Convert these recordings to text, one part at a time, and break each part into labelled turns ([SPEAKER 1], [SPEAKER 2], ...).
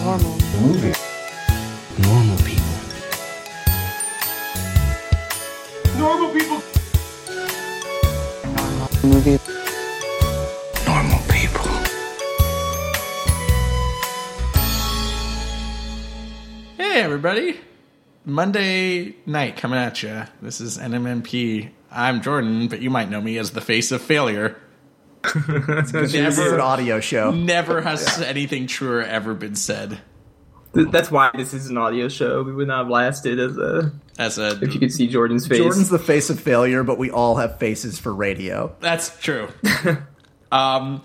[SPEAKER 1] normal.
[SPEAKER 2] Movie.
[SPEAKER 3] Normal people.
[SPEAKER 2] Normal people.
[SPEAKER 1] Movie.
[SPEAKER 3] Normal people.
[SPEAKER 4] Hey, everybody. Monday night coming at you. This is NMMP. I'm Jordan, but you might know me as the face of failure.
[SPEAKER 5] This is an audio show.
[SPEAKER 4] Never has anything truer ever been said
[SPEAKER 6] Th- That's why this is an audio show. We would not have lasted as a
[SPEAKER 4] as a.
[SPEAKER 6] if you could see Jordan's face.
[SPEAKER 5] Jordan's the face of failure, but we all have faces for radio.
[SPEAKER 4] That's true. um,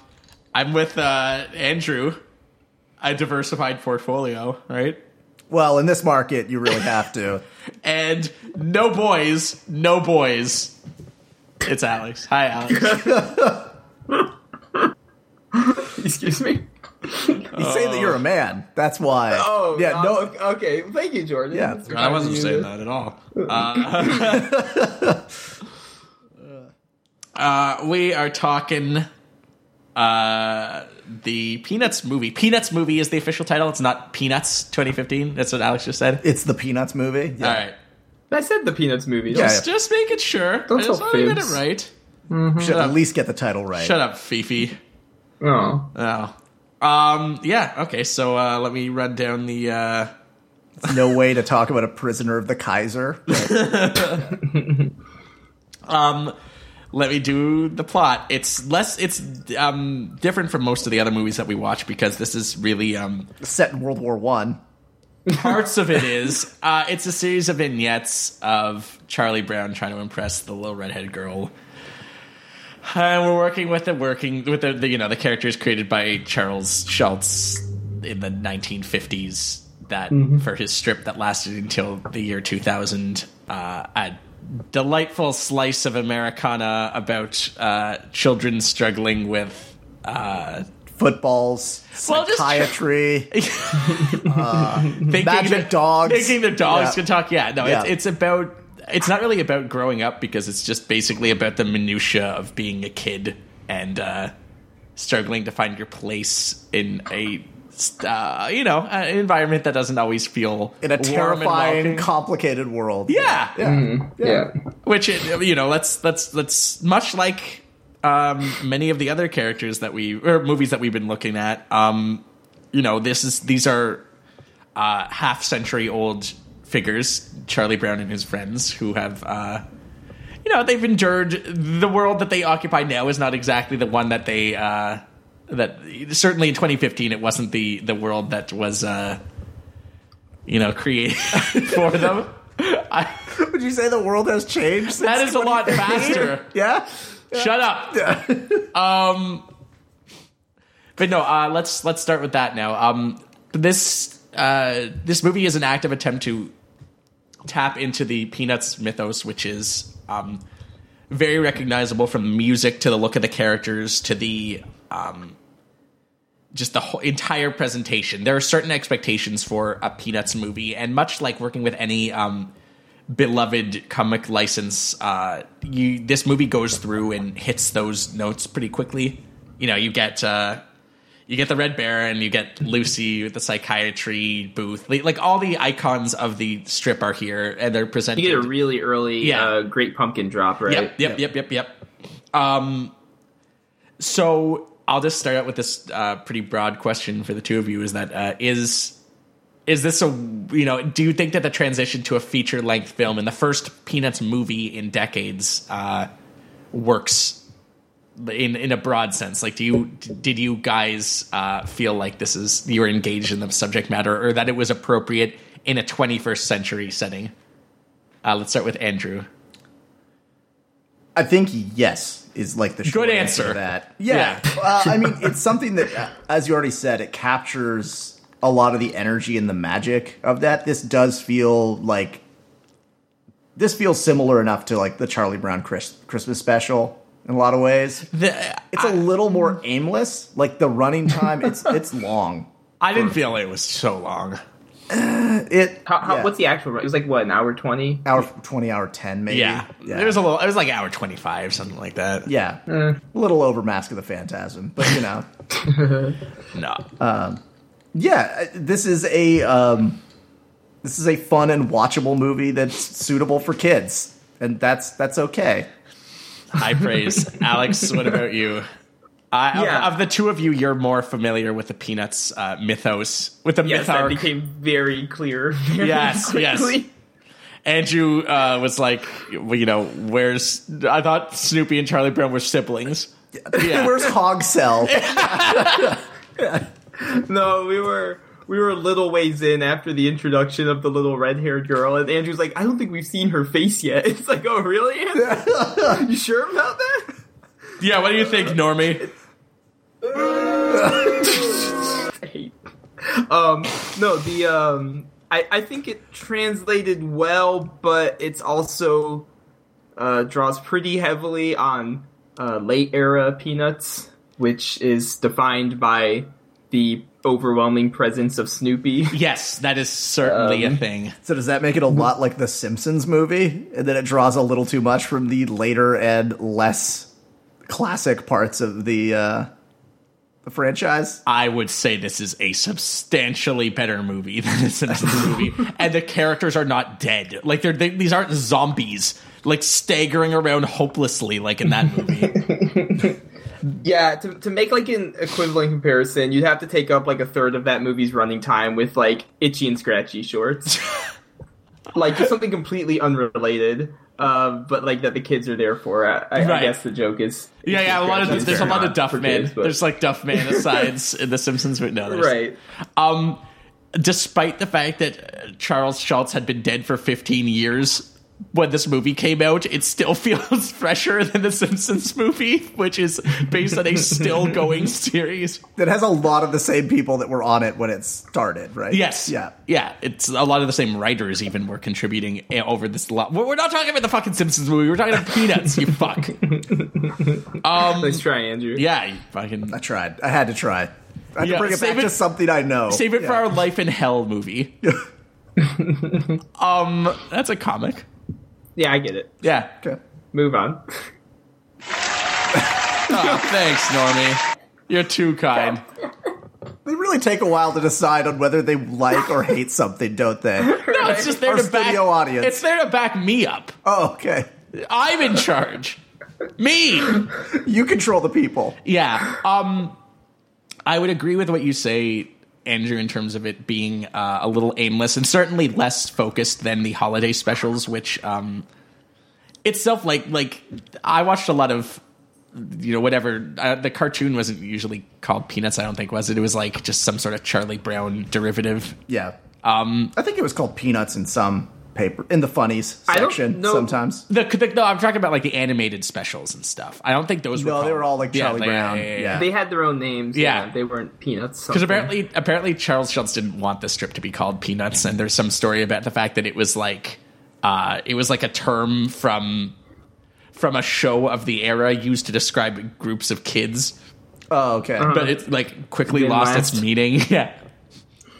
[SPEAKER 4] I'm with uh, Andrew, a diversified portfolio, right?
[SPEAKER 5] Well, in this market, you really have to.
[SPEAKER 4] And no boys, no boys. It's Alex. Hi, Alex.
[SPEAKER 6] Excuse me.
[SPEAKER 5] He's saying that you're a man. That's why.
[SPEAKER 6] Oh
[SPEAKER 5] yeah.
[SPEAKER 6] uh,
[SPEAKER 5] No.
[SPEAKER 6] Okay. Thank you, Jordan.
[SPEAKER 5] Yeah.
[SPEAKER 6] That's
[SPEAKER 4] I wasn't
[SPEAKER 6] kind of
[SPEAKER 4] saying
[SPEAKER 6] you.
[SPEAKER 4] that at all. Uh, uh, we are talking uh, the Peanuts movie. Peanuts movie is the official title. It's not Peanuts 2015. That's what Alex just said.
[SPEAKER 5] It's the Peanuts movie. Yeah.
[SPEAKER 4] All right.
[SPEAKER 6] I said the Peanuts movie.
[SPEAKER 5] Yeah.
[SPEAKER 4] Just, just making sure.
[SPEAKER 6] Don't
[SPEAKER 4] I just
[SPEAKER 6] tell
[SPEAKER 4] want to get it
[SPEAKER 6] fibs.
[SPEAKER 4] right.
[SPEAKER 5] We should at least get the title right.
[SPEAKER 4] Shut up, Fifi.
[SPEAKER 6] Oh.
[SPEAKER 4] Oh. Um, yeah, okay, so uh, let me run down the. Uh,
[SPEAKER 5] No way to talk about a prisoner of the Kaiser.
[SPEAKER 4] um let me do the plot it's less it's um different from most of the other movies that we watch because this is really um
[SPEAKER 5] set in World War One.
[SPEAKER 4] parts of it is uh it's a series of vignettes of charlie brown trying to impress the little redhead girl and we're working with the working with the, the you know the characters created by charles schultz in the 1950s that for his strip that lasted until the year 2000 uh a delightful slice of americana about uh children struggling with uh
[SPEAKER 5] Footballs,
[SPEAKER 4] Well, just-
[SPEAKER 5] psychiatry.
[SPEAKER 4] thinking
[SPEAKER 5] Magic
[SPEAKER 4] that-
[SPEAKER 5] dogs.
[SPEAKER 4] Thinking the dogs
[SPEAKER 5] Yeah.
[SPEAKER 4] can talk. Yeah, no,
[SPEAKER 5] Yeah.
[SPEAKER 4] It's, it's about. It's not really about growing up because it's just basically about the minutia of being a kid and uh, struggling to find your place in a, uh, you know, an environment that doesn't always feel
[SPEAKER 5] in a
[SPEAKER 4] warm and
[SPEAKER 5] terrifying,
[SPEAKER 4] welcoming.
[SPEAKER 5] complicated world.
[SPEAKER 4] yeah, Mm.
[SPEAKER 6] Yeah.
[SPEAKER 4] which it, you know let's let's let's much like um many of the other characters that we or movies that we've been looking at um you know this is these are uh half century old figures charlie brown and his friends who have uh you know they've endured the world that they occupy now is not exactly the one that they uh that certainly in 2015 it wasn't the the world that was uh you know created for them I,
[SPEAKER 5] Would you say the world has changed? Since
[SPEAKER 4] that is a lot faster.
[SPEAKER 5] yeah.
[SPEAKER 4] Shut up. um, but no, uh, let's let's start with that now. Um, this uh, this movie is an active attempt to tap into the Peanuts mythos, which is um, very recognizable from the music to the look of the characters to the um, just the whole entire presentation. There are certain expectations for a Peanuts movie, and much like working with any um, beloved comic license, uh, you this movie goes through and hits those notes pretty quickly. You know, you get uh, you get the Red Baron, you get Lucy with the psychiatry booth, like, like all the icons of the strip are here, and they're presented.
[SPEAKER 6] You get a really early
[SPEAKER 4] Yeah.
[SPEAKER 6] uh, Great Pumpkin drop, right?
[SPEAKER 4] Yep, yep, yep, yep, yep. Um, so I'll just start out with this uh, pretty broad question for the two of you: Is that uh, is is this a you know? Do you think that the transition to a feature length film and the first Peanuts movie in decades uh, works in in a broad sense? Like, do you did you guys uh, feel like this is you were engaged in the subject matter, or that it was appropriate in a 21st century setting? Uh, let's start with Andrew.
[SPEAKER 5] I think yes is like the short
[SPEAKER 4] Good
[SPEAKER 5] to
[SPEAKER 4] answer.
[SPEAKER 5] that. Yeah, uh, I mean it's something that, uh, as you already said, it captures a lot of the energy and the magic of that. This does feel like this feels similar enough to like the Charlie Brown Chris- Christmas special in a lot of ways.
[SPEAKER 4] The,
[SPEAKER 5] It's a little more aimless. Like the running time, it's it's long.
[SPEAKER 4] I didn't feel it was so long.
[SPEAKER 5] It
[SPEAKER 6] How, how,
[SPEAKER 5] yeah.
[SPEAKER 6] What's the actual? run? It was like what an hour twenty.
[SPEAKER 5] hour twenty hour ten maybe?
[SPEAKER 4] Yeah.
[SPEAKER 5] yeah.
[SPEAKER 4] It was a little it was like hour 25 something like that.
[SPEAKER 5] yeah,
[SPEAKER 6] Mm.
[SPEAKER 4] Uh,
[SPEAKER 5] a little over Mask of the Phantasm, but you know.
[SPEAKER 4] No.
[SPEAKER 5] yeah, uh, this is a um, this is a fun and watchable movie that's suitable for kids, and that's that's okay.
[SPEAKER 4] High praise. Alex, what about you? I, of-
[SPEAKER 6] Yeah.
[SPEAKER 4] of, the two of you, you're more familiar with the Peanuts uh, mythos, with the
[SPEAKER 6] Yes,
[SPEAKER 4] myth
[SPEAKER 6] that
[SPEAKER 4] arc.
[SPEAKER 6] became very clear. Very
[SPEAKER 4] Yes, yes.
[SPEAKER 6] quickly.
[SPEAKER 4] Andrew uh, was like, well, you know, where's. I thought Snoopy and Charlie Brown were siblings. Yeah.
[SPEAKER 5] Where's Hog Cell?
[SPEAKER 6] No, we were we were a little ways in after the introduction of the little red-haired girl, and Andrew's like, I don't think we've seen her face yet. It's like, oh really? you sure about that?
[SPEAKER 4] yeah, what do you think, Normie?
[SPEAKER 6] hate. Um, no, the um, I, I think it translated well, but it's also uh, draws pretty heavily on uh, late era Peanuts, which is defined by the overwhelming presence of Snoopy.
[SPEAKER 4] Yes, that is certainly
[SPEAKER 6] Um,
[SPEAKER 4] a thing.
[SPEAKER 5] so does that make it a lot like the Simpsons movie, and then it draws a little too much from the later and less classic parts of the uh, the franchise?
[SPEAKER 4] I would say this is a substantially better movie than the Simpsons movie, and the characters are not dead. Like they're they, these aren't zombies like staggering around hopelessly like in that movie.
[SPEAKER 6] Yeah, to, to make like an equivalent comparison, you'd have to take up like a third of that movie's running time with like itchy and scratchy shorts. like just something completely unrelated, uh, but like that the kids are there for. I, I,
[SPEAKER 4] Right.
[SPEAKER 6] I guess the joke is
[SPEAKER 4] yeah, yeah. A lot of there's a lot of
[SPEAKER 6] Not for
[SPEAKER 4] Duffman.
[SPEAKER 6] kids, but-
[SPEAKER 4] There's like Duffman asides in the Simpsons, but no, there's,
[SPEAKER 6] right.
[SPEAKER 4] Um, despite the fact that uh, Charles Schultz had been dead for 15 years when this movie came out, it still feels fresher than the Simpsons movie, which is based on a still going series.
[SPEAKER 5] It has a lot of the same people that were on it when it started, right?
[SPEAKER 4] Yes.
[SPEAKER 5] Yeah.
[SPEAKER 4] Yeah. It's a lot of the same writers even were contributing eh, over this lot. We're we're not talking about the fucking Simpsons movie. We're talking about Peanuts. you fuck.
[SPEAKER 6] Let's try Andrew.
[SPEAKER 4] Yeah. You fucking
[SPEAKER 5] I tried. I had to try. I had
[SPEAKER 4] Yeah,
[SPEAKER 5] to bring it
[SPEAKER 4] save
[SPEAKER 5] back
[SPEAKER 4] it-
[SPEAKER 5] to something I know.
[SPEAKER 4] save it for
[SPEAKER 5] Yeah.
[SPEAKER 4] our Life in Hell movie. um, that's a comic.
[SPEAKER 6] Yeah, I get it.
[SPEAKER 4] Yeah.
[SPEAKER 5] Okay.
[SPEAKER 6] Move on.
[SPEAKER 4] Oh, thanks, Normie. You're too kind.
[SPEAKER 5] They really take a while to decide on whether they like or hate something, don't they?
[SPEAKER 4] No, it's just there
[SPEAKER 5] Our
[SPEAKER 4] to back
[SPEAKER 5] studio audience.
[SPEAKER 4] It's there to back me up.
[SPEAKER 5] Oh, okay.
[SPEAKER 4] I'm in charge. me.
[SPEAKER 5] You control the people.
[SPEAKER 4] Yeah. Um, I would agree with what you say, Andrew, in terms of it being uh, a little aimless and certainly less focused than the holiday specials, which um, itself, like, like I watched a lot of, you know, whatever. Uh, the cartoon wasn't usually called Peanuts, I don't think, was it? It was like just some sort of Charlie Brown derivative.
[SPEAKER 5] Yeah. Um, I think it was called Peanuts in some paper in the funnies
[SPEAKER 6] I don't
[SPEAKER 5] section
[SPEAKER 6] know-
[SPEAKER 5] sometimes.
[SPEAKER 4] The, the, no, I'm talking about like the animated specials and stuff. I don't think those were.
[SPEAKER 5] No, they
[SPEAKER 4] called-
[SPEAKER 5] were all like
[SPEAKER 4] Yeah,
[SPEAKER 5] Charlie Brown. Yeah,
[SPEAKER 6] They had their own names.
[SPEAKER 4] Yeah.
[SPEAKER 6] they weren't peanuts.
[SPEAKER 4] Because
[SPEAKER 6] something.
[SPEAKER 4] apparently, apparently Charles Schultz didn't want the strip to be called Peanuts, and there's some story about the fact that it was like, uh, it was like a term from from a show of the era used to describe groups of kids,
[SPEAKER 5] Oh, okay.
[SPEAKER 6] Uh-huh.
[SPEAKER 4] but it like quickly
[SPEAKER 6] Didn't
[SPEAKER 4] lost
[SPEAKER 6] last.
[SPEAKER 4] its meaning.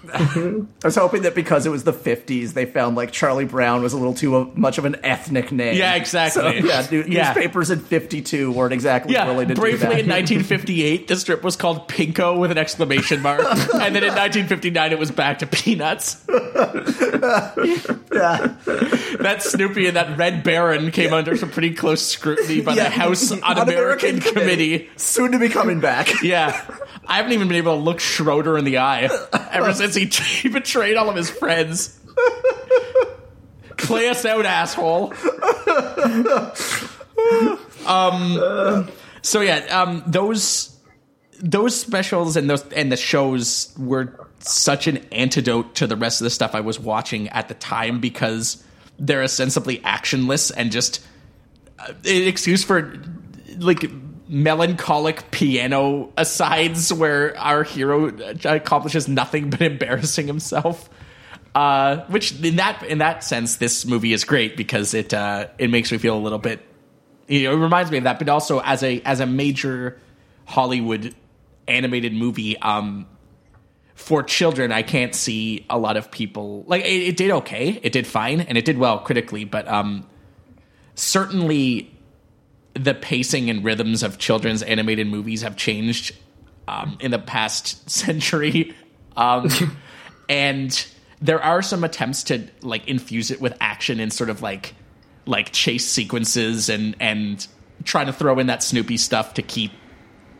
[SPEAKER 4] Yeah,
[SPEAKER 5] I was hoping that because it was the 50s, they found like Charlie Brown was a little too uh, much of an ethnic name.
[SPEAKER 4] Yeah, exactly.
[SPEAKER 5] So, yeah, new-
[SPEAKER 4] Yeah.
[SPEAKER 5] newspapers in 52 weren't exactly
[SPEAKER 4] yeah.
[SPEAKER 5] willing to do
[SPEAKER 4] Briefly
[SPEAKER 5] that.
[SPEAKER 4] in 1958, the strip was called Pinko with an exclamation mark, and then in 1959, it was back to Peanuts.
[SPEAKER 5] yeah.
[SPEAKER 4] That Snoopy and that Red Baron came under some pretty close scrutiny by the
[SPEAKER 5] Yeah.
[SPEAKER 4] House Un-American
[SPEAKER 5] Un-American
[SPEAKER 4] Committee.
[SPEAKER 5] Soon to be coming back.
[SPEAKER 4] Yeah. I haven't even been able to look Schroeder in the eye ever since he, he betrayed all of his friends. Play us out, asshole. Um. So yeah, um, those those specials and those and the shows were such an antidote to the rest of the stuff I was watching at the time because they're ostensibly actionless and just uh, an excuse for like melancholic piano asides where our hero uh, accomplishes nothing but embarrassing himself. Uh, which in that in that sense, this movie is great because it uh, it makes me feel a little bit. You know, it reminds me of that, but also as a as a major Hollywood animated movie um, for children, I can't see a lot of people like it, it did okay, it did fine, and it did well critically, but um, certainly the pacing and rhythms of children's animated movies have changed um, in the past century. Um, and there are some attempts to like infuse it with action and sort of like like chase sequences and and trying to throw in that Snoopy stuff to keep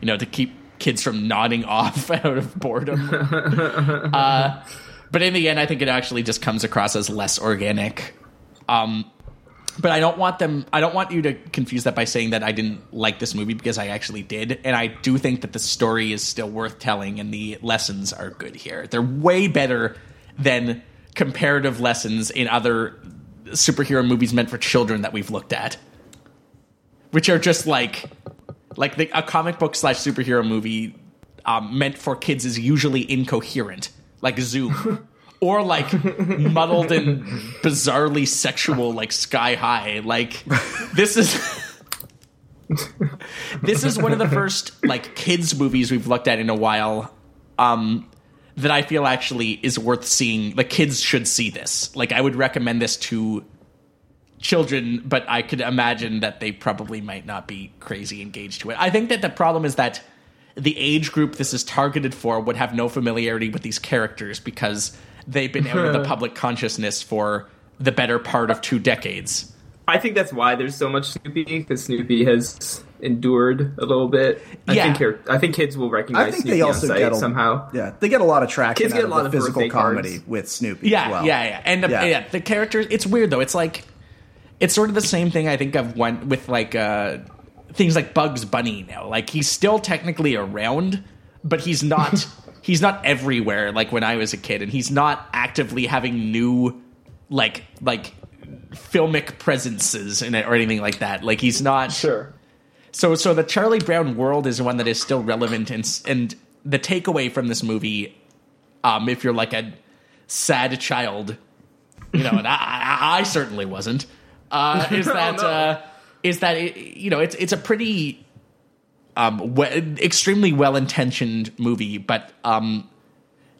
[SPEAKER 4] you know to keep kids from nodding off out of boredom. uh, but in the end, I think it actually just comes across as less organic. Um, but I don't want them. I don't want you to confuse that by saying that I didn't like this movie because I actually did, and I do think that the story is still worth telling, and the lessons are good here. They're way better than comparative lessons in other superhero movies meant for children that we've looked at, which are just like like the, a comic book slash superhero movie um, meant for kids is usually incoherent, like Zoom, or like muddled and bizarrely sexual, like Sky High. Like this is. this is one of the first like kids movies we've looked at in a while um that I feel actually is worth seeing. The kids should see this. Like I would recommend this to children, but I could imagine that they probably might not be crazy engaged to it. I think that the problem is that the age group this is targeted for would have no familiarity with these characters because they've been out of the public consciousness for the better part of two decades.
[SPEAKER 6] I think that's why there's so much Snoopy because Snoopy has endured a little bit. I
[SPEAKER 4] Yeah.
[SPEAKER 6] think here- I think kids will recognize
[SPEAKER 5] I think
[SPEAKER 6] Snoopy
[SPEAKER 5] they also
[SPEAKER 6] on sight
[SPEAKER 5] get a,
[SPEAKER 6] somehow.
[SPEAKER 5] Yeah, they get a lot of traction
[SPEAKER 6] Kids
[SPEAKER 5] out
[SPEAKER 6] get
[SPEAKER 5] of
[SPEAKER 6] a lot
[SPEAKER 5] the
[SPEAKER 6] of
[SPEAKER 5] physical
[SPEAKER 6] birthday cards.
[SPEAKER 5] comedy with Snoopy.
[SPEAKER 4] Yeah,
[SPEAKER 5] as well.
[SPEAKER 4] yeah, yeah. And the,
[SPEAKER 5] Yeah.
[SPEAKER 4] yeah. the characters. It's weird though. It's like it's sort of the same thing I think of one with like uh, things like Bugs Bunny now. Like he's still technically around, but he's not. he's not everywhere like when I was a kid, and he's not actively having new like like filmic presences in it or anything like that. Like he's not
[SPEAKER 6] Sure.
[SPEAKER 4] so so the Charlie Brown world is one that is still relevant and s- and the takeaway from this movie um if you're like a sad child you know and I, I I certainly wasn't uh is that
[SPEAKER 6] no.
[SPEAKER 4] uh is that it, you know it's it's a pretty um we- extremely well-intentioned movie but um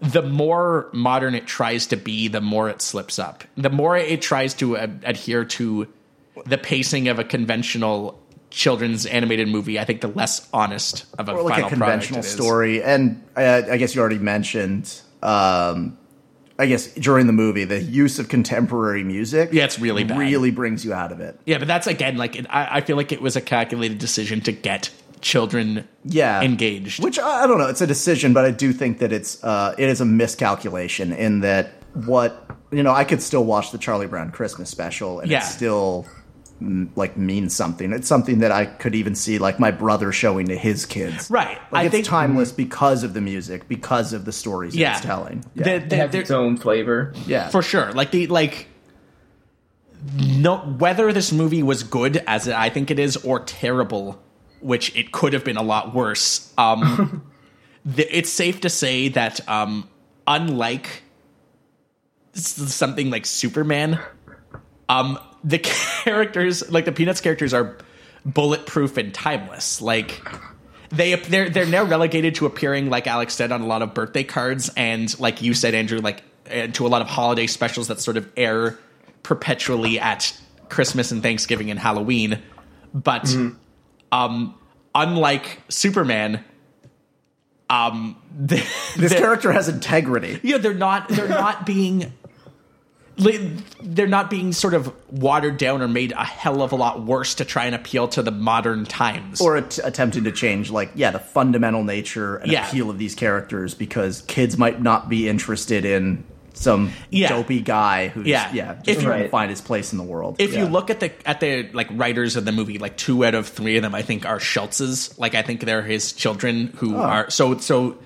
[SPEAKER 4] the more modern it tries to be, the more it slips up. The more it tries to uh, adhere to the pacing of a conventional children's animated movie, I think the less honest of a
[SPEAKER 5] or like
[SPEAKER 4] final
[SPEAKER 5] a conventional
[SPEAKER 4] product it is.
[SPEAKER 5] story. And uh, I guess you already mentioned, um, I guess during the movie, the use of contemporary music.
[SPEAKER 4] Yeah, it's really bad.
[SPEAKER 5] really brings you out of it.
[SPEAKER 4] Yeah, but that's again like it, I, I feel like it was a calculated decision to get children
[SPEAKER 5] Yeah,
[SPEAKER 4] engaged.
[SPEAKER 5] Which I, I don't know. It's a decision, but I do think that it's uh, it is a miscalculation in that what you know. I could still watch the Charlie Brown Christmas special, and
[SPEAKER 4] Yeah.
[SPEAKER 5] it still mm, like means something. It's something that I could even see like my brother showing to his kids.
[SPEAKER 4] Right.
[SPEAKER 5] Like
[SPEAKER 4] I
[SPEAKER 5] it's
[SPEAKER 4] think-
[SPEAKER 5] timeless because of the music, because of the stories
[SPEAKER 4] yeah,
[SPEAKER 5] it's telling.
[SPEAKER 4] The-
[SPEAKER 5] Yeah.
[SPEAKER 4] the-
[SPEAKER 6] It has
[SPEAKER 4] there-
[SPEAKER 6] its own flavor.
[SPEAKER 5] yeah.
[SPEAKER 4] for sure. Like the like no whether this movie was good as I think it is or terrible, which it could have been a lot worse. Um, the, it's safe to say that um, unlike s- something like Superman, um, the characters like the Peanuts characters are bulletproof and timeless. Like they they're they're now relegated to appearing like Alex said on a lot of birthday cards and like you said Andrew like and to a lot of holiday specials that sort of air perpetually at Christmas and Thanksgiving and Halloween but um unlike Superman um they-
[SPEAKER 5] this
[SPEAKER 4] they're-
[SPEAKER 5] character has integrity.
[SPEAKER 4] yeah they're not they're not being li- they're not being sort of watered down or made a hell of a lot worse to try and appeal to the modern times
[SPEAKER 5] Or att- attempting to change, like, yeah, the fundamental nature and
[SPEAKER 4] Yeah.
[SPEAKER 5] appeal of these characters because kids might not be interested in some
[SPEAKER 4] Yeah.
[SPEAKER 5] dopey guy who's
[SPEAKER 4] Yeah.
[SPEAKER 5] yeah, just
[SPEAKER 4] If you-
[SPEAKER 5] trying to find his place in the world.
[SPEAKER 4] if you
[SPEAKER 5] Yeah.
[SPEAKER 4] look at the at the like writers of the movie, like two out of three of them, I think are Schultz's. Like I think they're his children who are so so.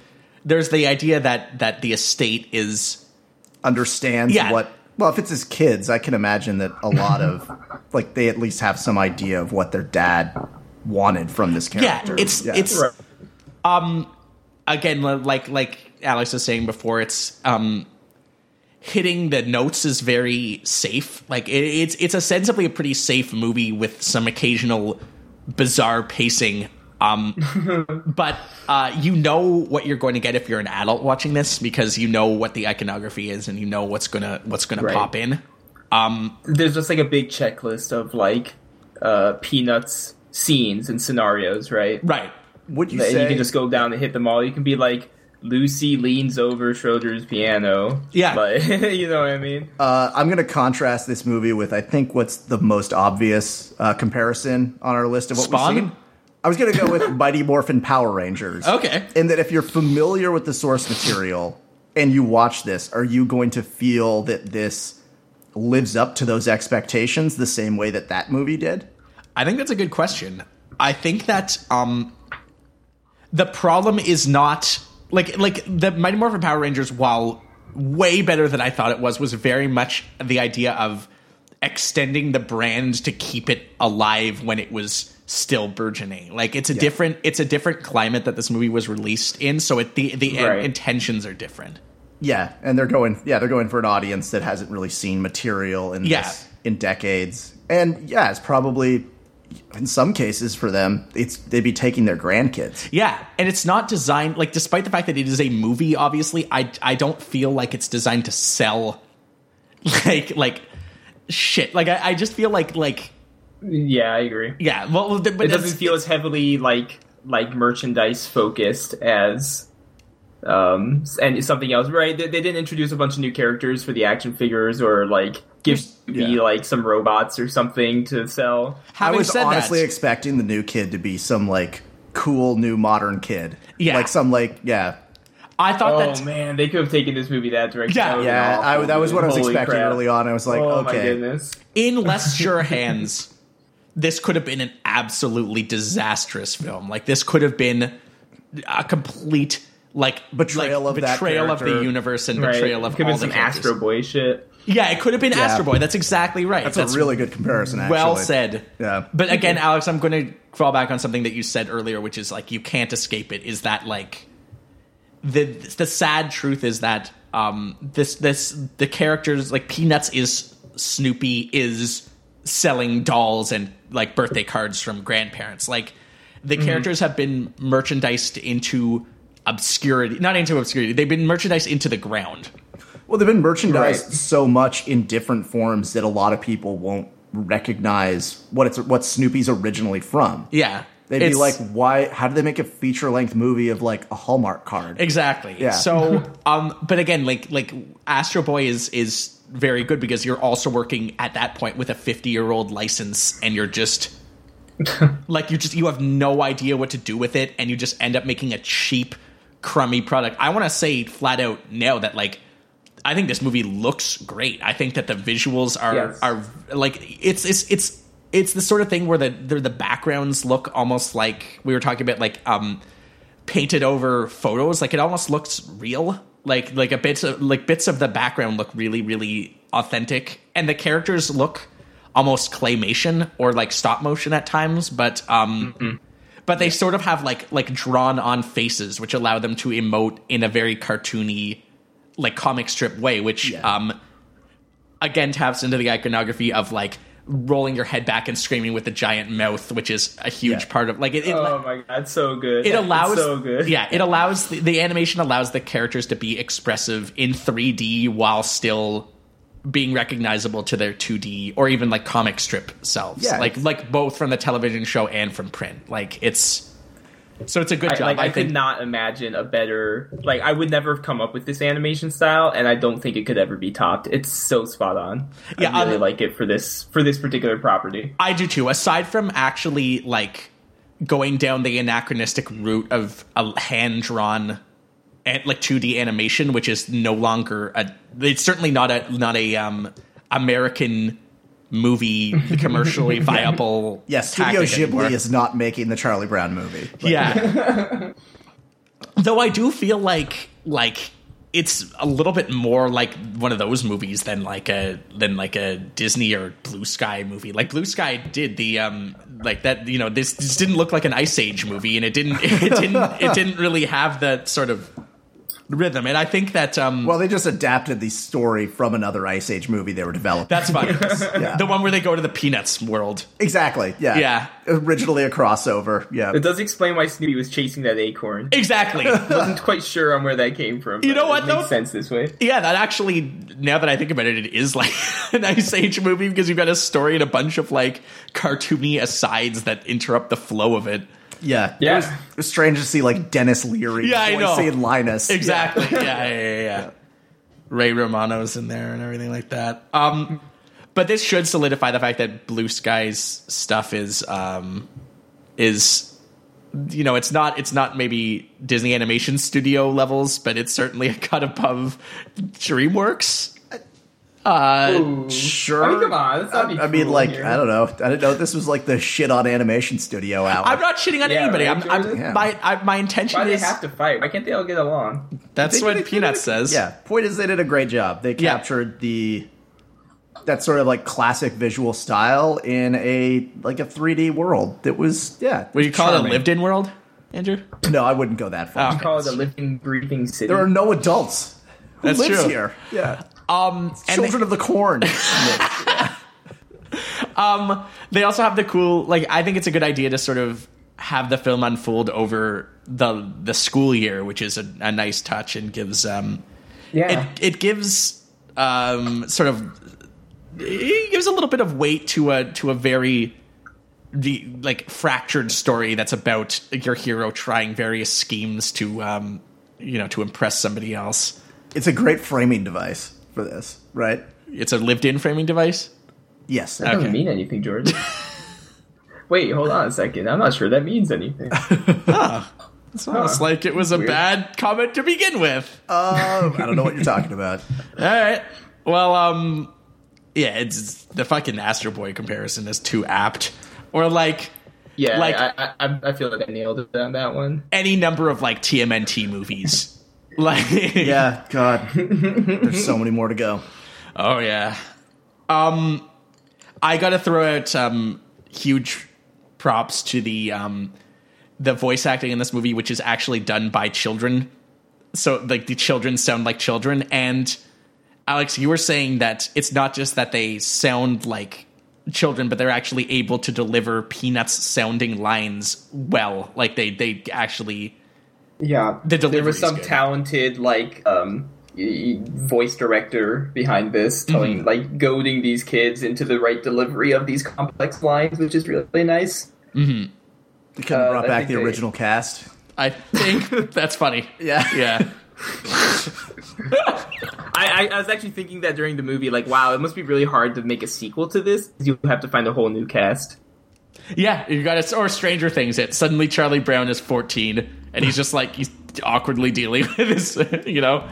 [SPEAKER 4] There's the idea that that the estate is
[SPEAKER 5] understands
[SPEAKER 4] Yeah.
[SPEAKER 5] what well, if it's his kids, I can imagine that a lot of like they at least have some idea of what their dad wanted from this
[SPEAKER 4] yeah,
[SPEAKER 5] character.
[SPEAKER 4] it's it's um, again li- like like Alex was saying before, it's um hitting the notes is very safe. Like it, it's it's ostensibly a pretty safe movie with some occasional bizarre pacing. Um, but uh, you know what you're going to get if you're an adult watching this because you know what the iconography is and you know what's gonna what's gonna
[SPEAKER 6] Right.
[SPEAKER 4] pop in.
[SPEAKER 6] There's just like a big checklist of like uh, peanuts scenes and scenarios, right?
[SPEAKER 4] Right.
[SPEAKER 5] would you
[SPEAKER 6] And
[SPEAKER 5] say
[SPEAKER 6] you can just go down and hit them all. You can be like, Lucy leans over Schroeder's piano.
[SPEAKER 4] Yeah.
[SPEAKER 6] But you know what I mean?
[SPEAKER 5] Uh, I'm going to contrast this movie with, I think, what's the most obvious uh, comparison on our list of what
[SPEAKER 4] Spawn?
[SPEAKER 5] we've seen. I was going to go with Mighty Morphin Power Rangers.
[SPEAKER 4] Okay.
[SPEAKER 5] In that, if you're familiar with the source material and you watch this, are you going to feel that this lives up to those expectations the same way that that movie did?
[SPEAKER 4] I think that's a good question. I think that um, the problem is not like like the Mighty Morphin Power Rangers, while way better than I thought it was, was very much the idea of extending the brand to keep it alive when it was still burgeoning. Like it's a different it's a different climate that this movie was released in, so it, the the uh,
[SPEAKER 6] Right.
[SPEAKER 4] intentions are different.
[SPEAKER 5] Yeah, and they're going. Yeah, they're going for an audience that hasn't really seen material in
[SPEAKER 4] Yeah.
[SPEAKER 5] this in decades. And yeah, it's probably in some cases for them, it's they'd be taking their grandkids.
[SPEAKER 4] Yeah, and it's not designed like despite the fact that it is a movie obviously, I I don't feel like it's designed to sell like like shit. Like I, I just feel like like
[SPEAKER 6] Yeah, I agree.
[SPEAKER 4] yeah, well well, th- but
[SPEAKER 6] It doesn't
[SPEAKER 4] that's-
[SPEAKER 6] feel as heavily like like merchandise focused as um and something else, right? They, they didn't introduce a bunch of new characters for the action figures or like give
[SPEAKER 5] Yeah.
[SPEAKER 6] me like some robots or something to sell.
[SPEAKER 4] having
[SPEAKER 5] I was
[SPEAKER 4] said
[SPEAKER 5] honestly
[SPEAKER 4] that,
[SPEAKER 5] expecting the new kid to be some like cool new modern kid.
[SPEAKER 4] Yeah.
[SPEAKER 5] like some like yeah
[SPEAKER 4] I thought
[SPEAKER 6] Oh
[SPEAKER 4] that
[SPEAKER 6] man, they could have taken this movie that direction.
[SPEAKER 4] Yeah.
[SPEAKER 6] That would've been
[SPEAKER 5] yeah. I,
[SPEAKER 6] awful,
[SPEAKER 5] that was
[SPEAKER 6] dude.
[SPEAKER 5] what I was
[SPEAKER 6] Oh, Holy
[SPEAKER 5] expecting
[SPEAKER 6] crap.
[SPEAKER 5] early on. I was like,
[SPEAKER 6] oh my
[SPEAKER 5] okay,
[SPEAKER 6] goodness.
[SPEAKER 4] in less sure hands, this could have been an absolutely disastrous film. Like this could have been a complete like
[SPEAKER 5] Betrayal
[SPEAKER 4] like,
[SPEAKER 5] of that
[SPEAKER 4] betrayal of the
[SPEAKER 5] character.
[SPEAKER 4] universe and
[SPEAKER 6] Right.
[SPEAKER 4] betrayal of
[SPEAKER 6] could
[SPEAKER 4] all
[SPEAKER 6] have been some
[SPEAKER 4] the characters.
[SPEAKER 6] Astro Boy shit.
[SPEAKER 4] Yeah, it could have been
[SPEAKER 5] Yeah.
[SPEAKER 4] Astro Boy. That's exactly right.
[SPEAKER 5] that's, a really good comparison. Actually.
[SPEAKER 4] Well said.
[SPEAKER 5] Yeah.
[SPEAKER 4] But again, Alex, I'm going to fall back on something that you said earlier, which is like you can't escape it. Is that like the the sad truth is that um this this the characters like Peanuts is Snoopy is selling dolls and like birthday cards from grandparents. Like the
[SPEAKER 5] Mm-hmm.
[SPEAKER 4] characters have been merchandised into obscurity, not into obscurity. They've been merchandised into the ground.
[SPEAKER 5] Well, they've been merchandised
[SPEAKER 6] Right.
[SPEAKER 5] so much in different forms that a lot of people won't recognize what it's what Snoopy's originally from.
[SPEAKER 4] Yeah.
[SPEAKER 5] They'd be
[SPEAKER 4] It's-
[SPEAKER 5] like, why? How do they make a feature length movie of like a Hallmark card?
[SPEAKER 4] Exactly.
[SPEAKER 5] Yeah.
[SPEAKER 4] So, um, but again, like like Astro Boy is is very good because you're also working at that point with a 50 year old license, and you're just like you just you have no idea what to do with it, and you just end up making a cheap, crummy product. I want to say flat out now that like I think this movie looks great. I think that the visuals are
[SPEAKER 6] Yes.
[SPEAKER 4] are like it's it's it's it's the sort of thing where the the the backgrounds look almost like we were talking about like um painted over photos. Like it almost looks real. Like like a bits of like bits of the background look really really authentic, and the characters look almost claymation or like stop motion at times. But um, but they sort of have like like drawn on faces, which allow them to emote in a very cartoony, like comic strip way. Which um, again taps into the iconography of like rolling your head back and screaming with the giant mouth, which is a huge
[SPEAKER 5] Yeah.
[SPEAKER 4] part of like it. it
[SPEAKER 6] Oh my god, it's so good.
[SPEAKER 4] it
[SPEAKER 6] It's
[SPEAKER 4] allows
[SPEAKER 6] so good.
[SPEAKER 4] yeah it allows the, the animation allows the characters to be expressive in 3d while still being recognizable to their 2d or even like comic strip selves
[SPEAKER 5] Yeah,
[SPEAKER 4] like
[SPEAKER 5] it's-
[SPEAKER 4] like both from the television show and from print like it's so it's a good
[SPEAKER 6] I,
[SPEAKER 4] job
[SPEAKER 6] like I,
[SPEAKER 4] i,
[SPEAKER 6] could
[SPEAKER 4] think
[SPEAKER 6] not imagine a better like I would never have come up with this animation style, and I don't think it could ever be topped. It's so spot on.
[SPEAKER 4] Yeah,
[SPEAKER 6] I really
[SPEAKER 4] um,
[SPEAKER 6] like it for this for this particular property.
[SPEAKER 4] i do too aside from actually like going down the anachronistic route of a hand-drawn and like 2D animation, which is no longer a. It's certainly not a not a um American movie commercially viable.
[SPEAKER 5] Yeah, Studio
[SPEAKER 4] tactic
[SPEAKER 5] Ghibli
[SPEAKER 4] anymore.
[SPEAKER 5] is not making the Charlie Brown movie. Like,
[SPEAKER 4] Yeah. Though I do feel like like it's a little bit more like one of those movies than like a than like a Disney or Blue Sky movie. Like Blue Sky did the um like that you know this, this didn't look like an Ice Age movie and it didn't it didn't it didn't really have that sort of rhythm. And I think that um
[SPEAKER 5] Well, they just adapted the story from another Ice Age movie they were developing.
[SPEAKER 4] that's fine.
[SPEAKER 5] Yeah.
[SPEAKER 4] The one where they go to the Peanuts world.
[SPEAKER 5] exactly. Yeah.
[SPEAKER 4] Yeah.
[SPEAKER 5] Originally a crossover. Yeah.
[SPEAKER 6] It does explain why Snoopy was chasing that acorn.
[SPEAKER 4] Exactly.
[SPEAKER 6] wasn't quite sure on where that came from.
[SPEAKER 4] You
[SPEAKER 6] but
[SPEAKER 4] know what,
[SPEAKER 6] It
[SPEAKER 4] though?
[SPEAKER 6] makes sense this way.
[SPEAKER 4] Yeah, that actually, now that I think about it, it is like an Ice Age movie because you've got a story and a bunch of like cartoony asides that interrupt the flow of it.
[SPEAKER 5] Yeah.
[SPEAKER 1] Yeah.
[SPEAKER 5] It was, it was strange to see like Dennis Leary
[SPEAKER 4] Yeah, I know.
[SPEAKER 5] voicing Linus.
[SPEAKER 4] Exactly. Yeah, yeah, yeah, yeah. Ray Romano's in there and everything like that. Um, but this should solidify the fact that Blue Sky's stuff is um, is you know it's not it's not maybe Disney Animation Studio levels, but it's certainly a cut above DreamWorks. Uh,
[SPEAKER 5] Sure.
[SPEAKER 1] I mean, come on, let's not be
[SPEAKER 5] I mean,
[SPEAKER 1] cruel
[SPEAKER 5] like,
[SPEAKER 1] here.
[SPEAKER 5] I don't know. I didn't know this was like the shit on animation studio hour.
[SPEAKER 4] I'm not shitting on
[SPEAKER 1] Yeah,
[SPEAKER 4] anybody.
[SPEAKER 1] right,
[SPEAKER 4] I'm, I'm
[SPEAKER 1] Jordan?
[SPEAKER 5] Yeah.
[SPEAKER 4] my I, my
[SPEAKER 1] Why
[SPEAKER 4] intention
[SPEAKER 1] do they
[SPEAKER 4] is
[SPEAKER 1] have to fight? Why can't they all get along?
[SPEAKER 5] They
[SPEAKER 4] that's
[SPEAKER 5] did a-
[SPEAKER 4] what
[SPEAKER 5] they
[SPEAKER 4] Peanuts
[SPEAKER 5] did a-
[SPEAKER 4] says.
[SPEAKER 5] Yeah. Point is, they did a great job. They
[SPEAKER 4] Yeah.
[SPEAKER 5] captured the that sort of like classic visual style in a like a 3D world that was yeah.
[SPEAKER 4] Would you call it
[SPEAKER 5] charming.
[SPEAKER 4] a lived-in world, Andrew?
[SPEAKER 5] No, I wouldn't go that far.
[SPEAKER 4] Oh.
[SPEAKER 1] Call it a living, breathing city.
[SPEAKER 5] There are no adults. Who
[SPEAKER 4] That's
[SPEAKER 5] lives
[SPEAKER 4] true.
[SPEAKER 5] here? Yeah.
[SPEAKER 4] Um, and they-
[SPEAKER 5] Children of the corn.
[SPEAKER 4] they also have the cool like i think it's a good idea to sort of have the film unfold over the the school year which is a, a nice touch and gives um
[SPEAKER 1] yeah,
[SPEAKER 4] it it gives um sort of it gives a little bit of weight to a to a very the like fractured story that's about your hero trying various schemes to um you know to impress somebody else
[SPEAKER 5] it's a great framing device for this, right?
[SPEAKER 4] it's a lived in framing device
[SPEAKER 5] Yes.
[SPEAKER 1] that doesn't
[SPEAKER 4] okay.
[SPEAKER 1] mean anything, George. Wait, hold on a second. I'm not sure that means anything.
[SPEAKER 4] sounds like it was a
[SPEAKER 1] Weird.
[SPEAKER 4] bad comment to begin with
[SPEAKER 5] Um, I don't know what you're talking about.
[SPEAKER 4] All right. Well, um, yeah, it's the fucking Astro Boy comparison is too apt, or like
[SPEAKER 1] Yeah,
[SPEAKER 4] Like-
[SPEAKER 1] I, I, I feel like I nailed it on that one.
[SPEAKER 4] any number of like TMNT movies. Like,
[SPEAKER 5] Yeah, God. There's so many more to go.
[SPEAKER 4] oh yeah. Um, I gotta throw out um huge props to the um the voice acting in this movie, which is actually done by children. So like the children sound like children, and Alex, you were saying that it's not just that they sound like children, but they're actually able to deliver peanuts sounding lines well. Like they they actually
[SPEAKER 1] Yeah,
[SPEAKER 4] The
[SPEAKER 1] there was
[SPEAKER 4] delivery's
[SPEAKER 1] some
[SPEAKER 4] good.
[SPEAKER 1] talented like um y- y- voice director behind this,
[SPEAKER 6] Mm-hmm.
[SPEAKER 1] telling like goading these kids into the right delivery of these complex lines, which is really nice.
[SPEAKER 5] They could have
[SPEAKER 1] Uh,
[SPEAKER 5] brought
[SPEAKER 1] I
[SPEAKER 5] back
[SPEAKER 1] think
[SPEAKER 5] the
[SPEAKER 1] they-
[SPEAKER 5] original cast.
[SPEAKER 4] I think that's funny.
[SPEAKER 5] Yeah.
[SPEAKER 4] Yeah.
[SPEAKER 6] I, I, I was actually thinking that during the movie, like, wow, it must be really hard to make a sequel to this. 'cause You have to find a whole new cast.
[SPEAKER 4] Yeah, you got to, or Stranger Things. It suddenly Charlie Brown is fourteen, and he's just like he's awkwardly dealing with his, you know,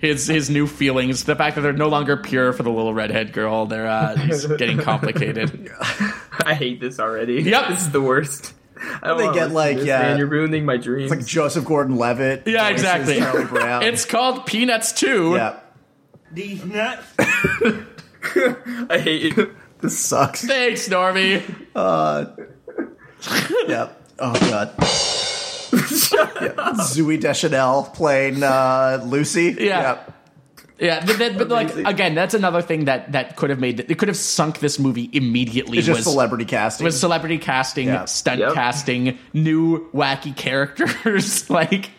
[SPEAKER 4] his his new feelings. The fact that they're no longer pure for the little redhead girl, they're uh, it's getting complicated.
[SPEAKER 6] I hate this already.
[SPEAKER 4] Yep.
[SPEAKER 6] this is the worst. I don't
[SPEAKER 5] They
[SPEAKER 6] wanna
[SPEAKER 5] get,
[SPEAKER 6] listen to
[SPEAKER 5] like,
[SPEAKER 6] this,
[SPEAKER 5] yeah.
[SPEAKER 1] uh,
[SPEAKER 6] man, you're ruining my dreams.
[SPEAKER 5] It's like Joseph Gordon-Levitt.
[SPEAKER 4] Yeah,
[SPEAKER 5] voices
[SPEAKER 4] exactly.
[SPEAKER 5] Charlie Brown.
[SPEAKER 4] It's called Peanuts Two.
[SPEAKER 5] yeah.
[SPEAKER 2] These nuts.
[SPEAKER 6] I hate you.
[SPEAKER 5] This sucks.
[SPEAKER 4] Thanks, Normie.
[SPEAKER 5] Yep. Oh god. yeah. Zooey Deschanel playing uh, Lucy.
[SPEAKER 4] Yeah.
[SPEAKER 5] Yep.
[SPEAKER 4] Yeah, but, that, but like
[SPEAKER 6] Amazing.
[SPEAKER 4] again, that's another thing that that could have made it could have sunk this movie immediately.
[SPEAKER 5] It's just
[SPEAKER 4] was
[SPEAKER 5] celebrity casting.
[SPEAKER 4] was celebrity casting,
[SPEAKER 5] Yeah.
[SPEAKER 4] stunt
[SPEAKER 6] Yep.
[SPEAKER 4] casting, new wacky characters. like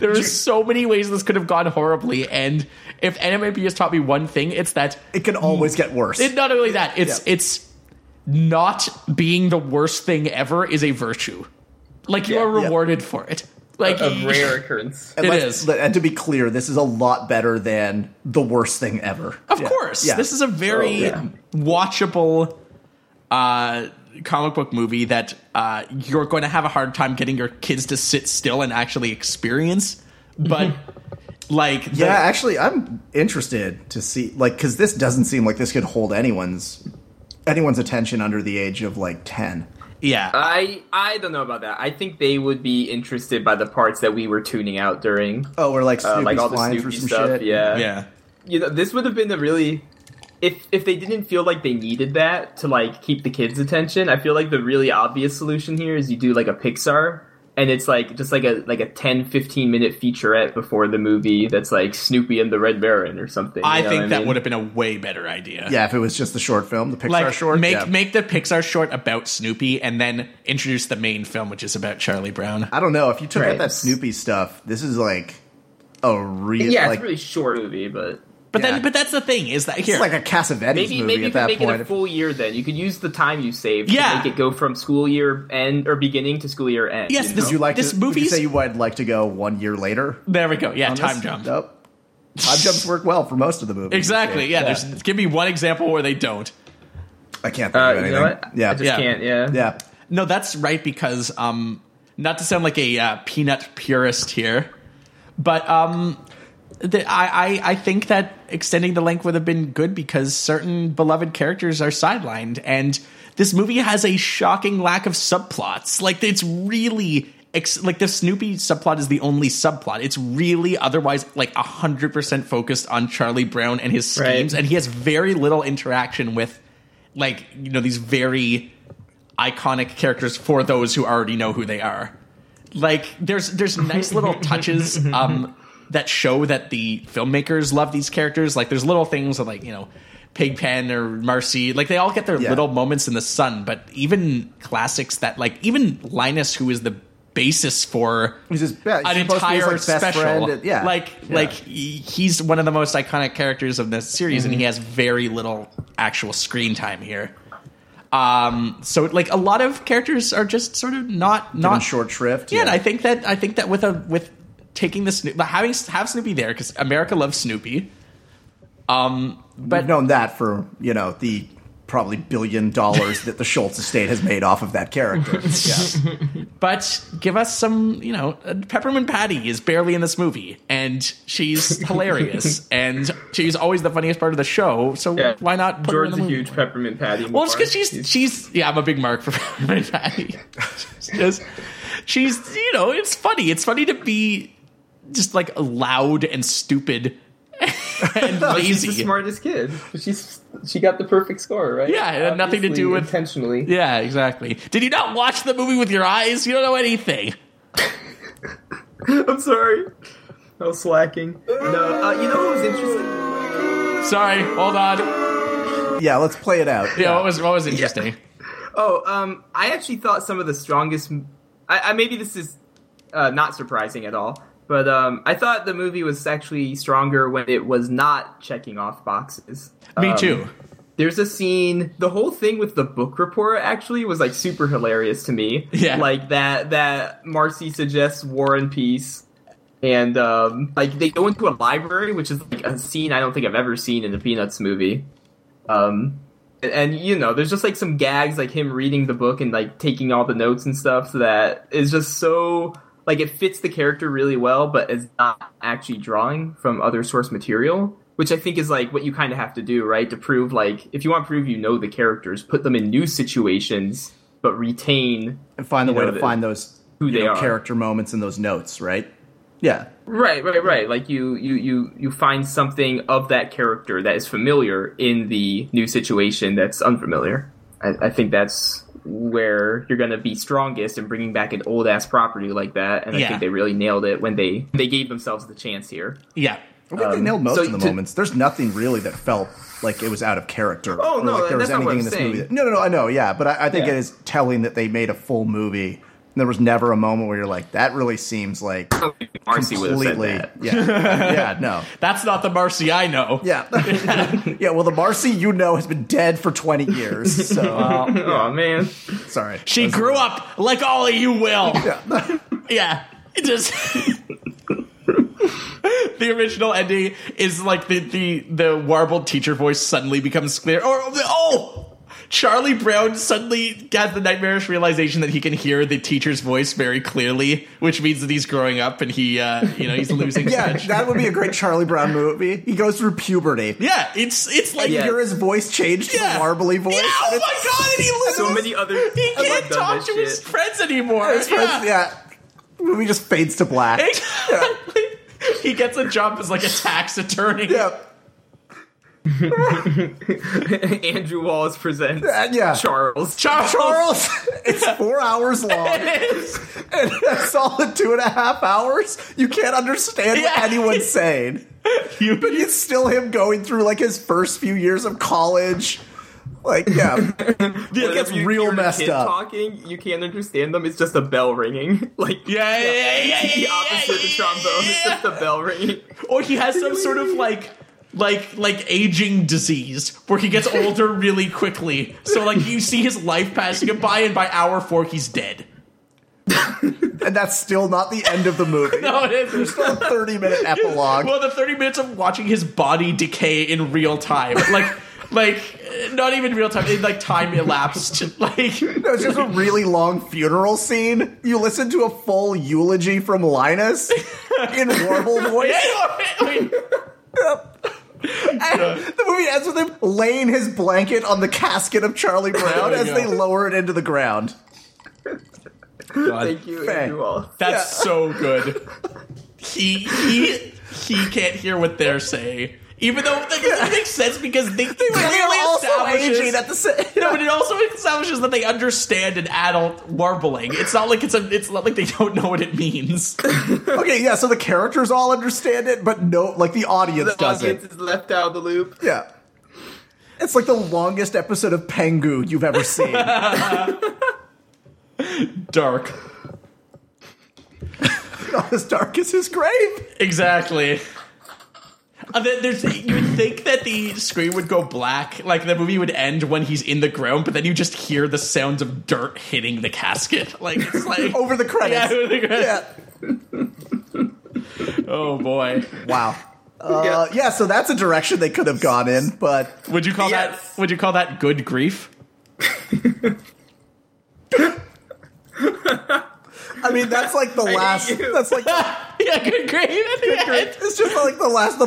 [SPEAKER 4] there were so many ways this could have gone horribly. And if NMAP has taught me one thing, it's that
[SPEAKER 5] it can always get worse.
[SPEAKER 4] Mm. it, not only that, it's
[SPEAKER 5] Yeah.
[SPEAKER 4] it's not being the worst thing ever is a virtue. Like you
[SPEAKER 1] Yeah.
[SPEAKER 4] are
[SPEAKER 1] Yeah.
[SPEAKER 4] rewarded for it. Like
[SPEAKER 1] Of rare occurrence.
[SPEAKER 5] and
[SPEAKER 4] it
[SPEAKER 5] let's-
[SPEAKER 4] is.
[SPEAKER 5] And to be clear, this is a lot better than the worst thing ever.
[SPEAKER 4] Of course. This is a very
[SPEAKER 1] Oh, yeah.
[SPEAKER 4] watchable uh, comic book movie that uh, you're going to have a hard time getting your kids to sit still and actually experience. But, like, the-
[SPEAKER 5] Mm-hmm. Yeah, actually, I'm interested to see like because this doesn't seem like this could hold anyone's anyone's attention under the age of like ten.
[SPEAKER 4] yeah.
[SPEAKER 5] Uh,
[SPEAKER 6] I I don't know about that. I think they would be interested by the parts that we were tuning out during,
[SPEAKER 5] Oh, we're like
[SPEAKER 6] uh,
[SPEAKER 5] Snoopy's
[SPEAKER 6] like all the
[SPEAKER 5] flying
[SPEAKER 6] Snoopy
[SPEAKER 5] through some
[SPEAKER 6] stuff.
[SPEAKER 5] shit.
[SPEAKER 6] Yeah,
[SPEAKER 4] yeah.
[SPEAKER 6] You know, this would have been a really if if they didn't feel like they needed that to like keep the kids' attention. I feel like the really obvious solution here is you do like a Pixar. And it's like just like a like a 10, 15 minute featurette before the movie that's like Snoopy and the Red Baron or something.
[SPEAKER 4] I
[SPEAKER 6] you know
[SPEAKER 4] think
[SPEAKER 6] what
[SPEAKER 4] that
[SPEAKER 6] mean?
[SPEAKER 4] would have been a way better idea.
[SPEAKER 5] Yeah, if it was just the short film, the Pixar
[SPEAKER 4] Like,
[SPEAKER 5] short,
[SPEAKER 4] make,
[SPEAKER 5] yeah.
[SPEAKER 4] make the Pixar short about Snoopy and then introduce the main film, which is about Charlie Brown.
[SPEAKER 5] I don't know if you took out
[SPEAKER 6] Right.
[SPEAKER 5] that Snoopy stuff. This is like a real
[SPEAKER 6] yeah,
[SPEAKER 5] like
[SPEAKER 6] it's a really short movie, but
[SPEAKER 4] But
[SPEAKER 5] Yeah.
[SPEAKER 4] then, but that's the thing is that here,
[SPEAKER 5] It's like a Cassavetes
[SPEAKER 6] Maybe
[SPEAKER 5] movie
[SPEAKER 6] maybe you
[SPEAKER 5] at
[SPEAKER 6] could
[SPEAKER 5] that
[SPEAKER 6] make
[SPEAKER 5] point.
[SPEAKER 6] it a full year. Then you could use the time you saved
[SPEAKER 4] Yeah.
[SPEAKER 6] to make it go from school year end or beginning to school year end.
[SPEAKER 4] Yes,
[SPEAKER 6] you
[SPEAKER 4] this-
[SPEAKER 6] know?
[SPEAKER 5] Would you like
[SPEAKER 4] This
[SPEAKER 5] to, would you
[SPEAKER 4] movie's-
[SPEAKER 5] say you would like to go one year later?
[SPEAKER 4] there we go. Yeah,
[SPEAKER 5] on
[SPEAKER 4] time
[SPEAKER 5] this?
[SPEAKER 4] jump.
[SPEAKER 5] Nope. Time jumps work well for most of the movies.
[SPEAKER 4] Exactly. Yeah, There's, give me one example where they don't.
[SPEAKER 5] I can't think
[SPEAKER 6] Uh,
[SPEAKER 5] of anything.
[SPEAKER 6] you know what?
[SPEAKER 5] Yeah,
[SPEAKER 6] I just
[SPEAKER 4] Yeah.
[SPEAKER 6] can't. Yeah.
[SPEAKER 5] yeah.
[SPEAKER 4] No, that's right because um, not to sound like a uh, peanut purist here, but um, the, I, I I think that extending the length would have been good because certain beloved characters are sidelined, and this movie has a shocking lack of subplots. Like it's really. Ex- like the Snoopy subplot is the only subplot. It's really otherwise like hundred percent focused on Charlie Brown and his
[SPEAKER 6] Right.
[SPEAKER 4] schemes, and he has very little interaction with like you know these very iconic characters for those who already know who they are. Like there's there's nice little touches um that show that the filmmakers love these characters. Like there's little things that like, you know, Pigpen or Marcy, like they all get their
[SPEAKER 5] Yeah.
[SPEAKER 4] little moments in the sun, but even classics that like even Linus who is the basis for
[SPEAKER 5] He's his be- he's
[SPEAKER 4] an
[SPEAKER 5] supposed to be his,
[SPEAKER 4] entire
[SPEAKER 5] like, best
[SPEAKER 4] special.
[SPEAKER 5] friend. Yeah.
[SPEAKER 4] Like
[SPEAKER 5] Yeah.
[SPEAKER 4] like he- he's one of the most iconic characters of this series
[SPEAKER 5] Mm-hmm.
[SPEAKER 4] and he has very little actual screen time here. Um so like a lot of characters are just sort of not
[SPEAKER 5] Given
[SPEAKER 4] not
[SPEAKER 5] short shrift.
[SPEAKER 4] Yeah, and I think that I think that with a with taking the Snoop, having have Snoopy there cuz America loves Snoopy. Um
[SPEAKER 5] We've known that for you know the probably billion dollars that the Schultz estate has made off of that character. yeah.
[SPEAKER 4] but give us some, you know, uh, Peppermint Patty is barely in this movie, and she's hilarious, and she's always the funniest part of the show. So
[SPEAKER 6] Yeah.
[SPEAKER 4] why not? Put her in
[SPEAKER 6] Jordan's
[SPEAKER 4] the
[SPEAKER 6] a
[SPEAKER 4] movie?
[SPEAKER 6] huge peppermint patty.
[SPEAKER 4] Well, it's
[SPEAKER 6] more.
[SPEAKER 4] because she's
[SPEAKER 6] He's-
[SPEAKER 4] she's yeah, I'm a big mark for Peppermint Patty. She's just she's you know, it's funny. It's funny to be just like loud and stupid and
[SPEAKER 6] Oh, she's the
[SPEAKER 4] lazy.
[SPEAKER 6] smartest kid.
[SPEAKER 1] She's she got the perfect score, right?
[SPEAKER 4] Yeah, it had nothing to do
[SPEAKER 1] Obviously,
[SPEAKER 4] with-
[SPEAKER 1] intentionally.
[SPEAKER 4] Yeah, exactly. Did you not watch the movie with your eyes? You don't know anything.
[SPEAKER 6] I'm sorry. I was slacking. No, uh, you know what was interesting?
[SPEAKER 4] Sorry, hold on.
[SPEAKER 5] Yeah, let's play it out.
[SPEAKER 4] Yeah, what was what was interesting?
[SPEAKER 6] Oh, um, I actually thought some of the strongest. I, I maybe this is uh, not surprising at all, but um, I thought the movie was actually stronger when it was not checking off boxes.
[SPEAKER 4] Me
[SPEAKER 6] Um,
[SPEAKER 4] too.
[SPEAKER 6] There's a scene. The whole thing with the book report actually was like super hilarious to me.
[SPEAKER 4] Yeah.
[SPEAKER 6] like that that Marcy suggests War and Peace, and um, like they go into a library, which is like a scene I don't think I've ever seen in a Peanuts movie. Um, and, and you know, there's just like some gags, like him reading the book and like taking all the notes and stuff. So that is just so like it fits the character really well, but it's not actually drawing from other source material. Which I think is like what you kind of have to do, right? To prove, like, if you want to prove you know the characters, put them in new situations, but retain
[SPEAKER 5] And find the
[SPEAKER 6] You
[SPEAKER 5] way
[SPEAKER 6] know
[SPEAKER 5] to
[SPEAKER 6] the-
[SPEAKER 5] find those
[SPEAKER 6] who
[SPEAKER 5] you
[SPEAKER 6] they
[SPEAKER 5] know,
[SPEAKER 6] are.
[SPEAKER 5] character moments in those notes, right? Yeah.
[SPEAKER 6] Right, right, right. Like you, you, you, you find something of that character that is familiar in the new situation that's unfamiliar. I, I think that's where you're going to be strongest in bringing back an old ass property like that. And I
[SPEAKER 4] Yeah.
[SPEAKER 6] think they really nailed it when they they gave themselves the chance here.
[SPEAKER 4] Yeah.
[SPEAKER 5] I think they nailed most
[SPEAKER 6] Um, so
[SPEAKER 5] of the
[SPEAKER 6] to-
[SPEAKER 5] moments. There's nothing really that felt like it was out of character.
[SPEAKER 6] Oh,
[SPEAKER 5] or
[SPEAKER 6] no,
[SPEAKER 5] like there was
[SPEAKER 6] that's not
[SPEAKER 5] anything
[SPEAKER 6] what I'm
[SPEAKER 5] in this
[SPEAKER 6] saying.
[SPEAKER 5] movie. That, no, no, no, I know, yeah, but I, I think
[SPEAKER 6] Yeah.
[SPEAKER 5] it is telling that they made a full movie. And there was never a moment where you're like, that really seems like
[SPEAKER 6] Marcy would have said
[SPEAKER 5] completely,
[SPEAKER 6] that.
[SPEAKER 5] yeah, yeah, no,
[SPEAKER 4] That's not the Marcy I know.
[SPEAKER 5] yeah, yeah. Well, the Marcy you know has been dead for 20 years, so
[SPEAKER 6] Oh man,
[SPEAKER 5] sorry.
[SPEAKER 4] She
[SPEAKER 5] That's-
[SPEAKER 4] grew up like all of you will.
[SPEAKER 5] Yeah.
[SPEAKER 4] Yeah. It just The original ending is like the the the warbled teacher voice suddenly becomes clear. Or oh Charlie Brown suddenly has the nightmarish realization that he can hear the teacher's voice very clearly, which means that he's growing up and he uh you know he's losing
[SPEAKER 5] Yeah,
[SPEAKER 4] touch.
[SPEAKER 5] that would be a great Charlie Brown movie. He goes through puberty.
[SPEAKER 4] yeah, it's it's like
[SPEAKER 6] Yeah.
[SPEAKER 5] Hear his voice change to
[SPEAKER 4] Yeah.
[SPEAKER 5] a marbly voice.
[SPEAKER 4] Yeah, oh
[SPEAKER 5] It's-
[SPEAKER 4] my god, and he loses
[SPEAKER 6] so many other
[SPEAKER 4] He
[SPEAKER 6] I've
[SPEAKER 4] can't
[SPEAKER 6] done
[SPEAKER 4] talk
[SPEAKER 6] this
[SPEAKER 4] to his
[SPEAKER 6] shit.
[SPEAKER 4] friends anymore.
[SPEAKER 5] His friends-
[SPEAKER 4] yeah.
[SPEAKER 5] yeah. Movie just fades to black.
[SPEAKER 4] Exactly. He gets a job as like a tax attorney.
[SPEAKER 5] Yeah.
[SPEAKER 6] Andrew Wallace presents
[SPEAKER 5] Uh, yeah.
[SPEAKER 6] Charles.
[SPEAKER 4] Charles.
[SPEAKER 5] Charles, it's four hours long.
[SPEAKER 4] It's-
[SPEAKER 5] And a solid two and a half hours. You can't understand
[SPEAKER 4] Yeah.
[SPEAKER 5] what anyone's saying.
[SPEAKER 4] you-
[SPEAKER 5] But it's still him going through like his first few years of college. Like, yeah.
[SPEAKER 6] Whenever
[SPEAKER 5] gets
[SPEAKER 6] you
[SPEAKER 5] real
[SPEAKER 6] hear a
[SPEAKER 5] messed
[SPEAKER 6] kid
[SPEAKER 5] up.
[SPEAKER 6] Talking, you can't understand them. It's just a bell ringing. Like
[SPEAKER 4] yeah, yeah, yeah, yeah, yeah,
[SPEAKER 6] the opposite of
[SPEAKER 4] yeah,
[SPEAKER 6] the trombone. It's
[SPEAKER 4] yeah.
[SPEAKER 6] just the bell ringing.
[SPEAKER 4] Or he has some sort of like like like aging disease where he gets older really quickly. So like you see his life passing him by, and by hour four he's dead.
[SPEAKER 5] and that's still not the end of the movie.
[SPEAKER 4] No, it is.
[SPEAKER 5] There's still a 30 minute epilogue.
[SPEAKER 4] Well, the thirty minutes of watching his body decay in real time, like like uh, not even real time, in like time elapsed, like.
[SPEAKER 5] No, it's just a really long funeral scene. You listen to a full eulogy from Linus in warble voice. And the movie ends with him laying his blanket on the casket of Charlie
[SPEAKER 4] There
[SPEAKER 5] Brown
[SPEAKER 4] we
[SPEAKER 5] as
[SPEAKER 4] go.
[SPEAKER 5] they lower it into the ground.
[SPEAKER 6] Thank you,
[SPEAKER 5] Fair.
[SPEAKER 6] you all.
[SPEAKER 4] That's so good. He he he can't hear what they're saying, even though like, it makes sense because they, they
[SPEAKER 5] They
[SPEAKER 4] clearly
[SPEAKER 5] are also
[SPEAKER 4] establishes.
[SPEAKER 5] aging at the same.
[SPEAKER 4] no, but it also establishes that they understand an adult warbling. It's not like it's a. It's not like they don't know what it means.
[SPEAKER 5] okay, yeah. So the characters all understand it, but no, like the audience
[SPEAKER 6] The audience
[SPEAKER 5] doesn't.
[SPEAKER 6] is left out of the loop.
[SPEAKER 5] Yeah, it's like the longest episode of Pengu you've ever seen.
[SPEAKER 4] Dark.
[SPEAKER 5] Not as dark as his grave.
[SPEAKER 4] Exactly. Uh, there- There's, you would think that the screen would go black, like the movie would end when he's in the ground, but then you just hear the sounds of dirt hitting the casket. Like it's like
[SPEAKER 5] Over the
[SPEAKER 4] Yeah,
[SPEAKER 5] credits.
[SPEAKER 4] over the credits.
[SPEAKER 5] Yeah.
[SPEAKER 4] Oh boy.
[SPEAKER 5] Wow. Uh, yeah. so that's a direction they could have gone in, but
[SPEAKER 4] Would you call
[SPEAKER 6] Yes.
[SPEAKER 4] that would you call that good grief?
[SPEAKER 5] I mean that's like the last.
[SPEAKER 6] you.
[SPEAKER 5] That's like
[SPEAKER 4] yeah, good grief. at the end.
[SPEAKER 5] it's just like the last, the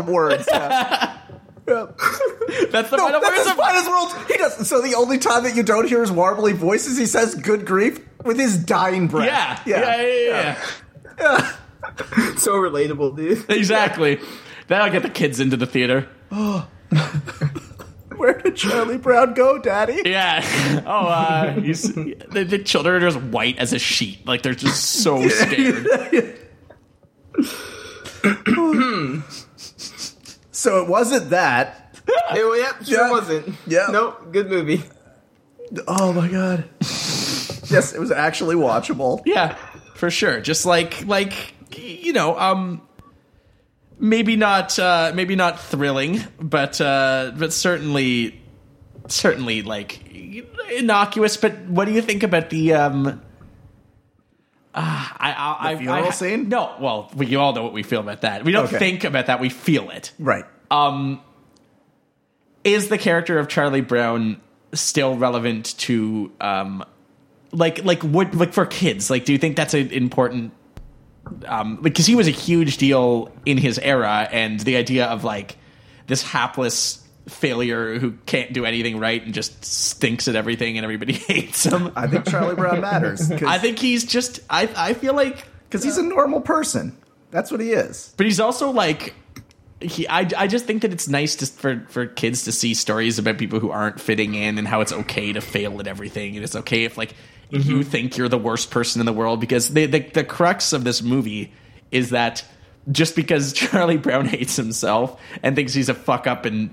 [SPEAKER 5] words. Yeah. Yeah.
[SPEAKER 4] That's the
[SPEAKER 5] No,
[SPEAKER 4] final
[SPEAKER 5] that's
[SPEAKER 4] words
[SPEAKER 5] his
[SPEAKER 4] of
[SPEAKER 5] finest world. He does. So the only time that you don't hear his warbly voice is he says "good grief" with his dying breath.
[SPEAKER 4] yeah. Yeah, yeah, yeah,
[SPEAKER 6] So relatable, dude.
[SPEAKER 4] yeah. Exactly. That'll get the kids into the theater.
[SPEAKER 5] Where did Charlie Brown go, Daddy?
[SPEAKER 4] Yeah. Oh, uh, he's, the, the children are just white as a sheet. Like they're just so scared.
[SPEAKER 5] So it wasn't that.
[SPEAKER 6] Hey, well, yep, sure
[SPEAKER 5] Yeah.
[SPEAKER 6] wasn't.
[SPEAKER 5] Yeah.
[SPEAKER 6] Nope, good movie.
[SPEAKER 5] Oh my god. yes, it was actually watchable.
[SPEAKER 4] Yeah, for sure. Just like like you know, um maybe not uh maybe not thrilling, but uh but certainly certainly like innocuous, but what do you think about the um Ah, I, I, I,
[SPEAKER 5] funeral
[SPEAKER 4] I-
[SPEAKER 5] scene?
[SPEAKER 4] No, well, we all know what we feel about that. We don't
[SPEAKER 5] Okay.
[SPEAKER 4] think about that; we feel it.
[SPEAKER 5] Right.
[SPEAKER 4] Um, is the character of Charlie Brown still relevant to um, like like what like for kids? Like, do you think that's an important? Um, because he was a huge deal in his era, and the idea of like this hapless failure who can't do anything right and just stinks at everything and everybody hates him.
[SPEAKER 5] I think Charlie Brown matters
[SPEAKER 4] I
[SPEAKER 5] because
[SPEAKER 4] think he's just I I feel like
[SPEAKER 5] he's a normal person. That's what he is.
[SPEAKER 4] but he's also like he I, I just think that it's nice to, for for kids to see stories about people who aren't fitting in and how it's okay to fail at everything and it's okay if like
[SPEAKER 5] Mm-hmm.
[SPEAKER 4] you think you're the worst person in the world because the, the the crux of this movie is that just because Charlie Brown hates himself and thinks he's a fuck up and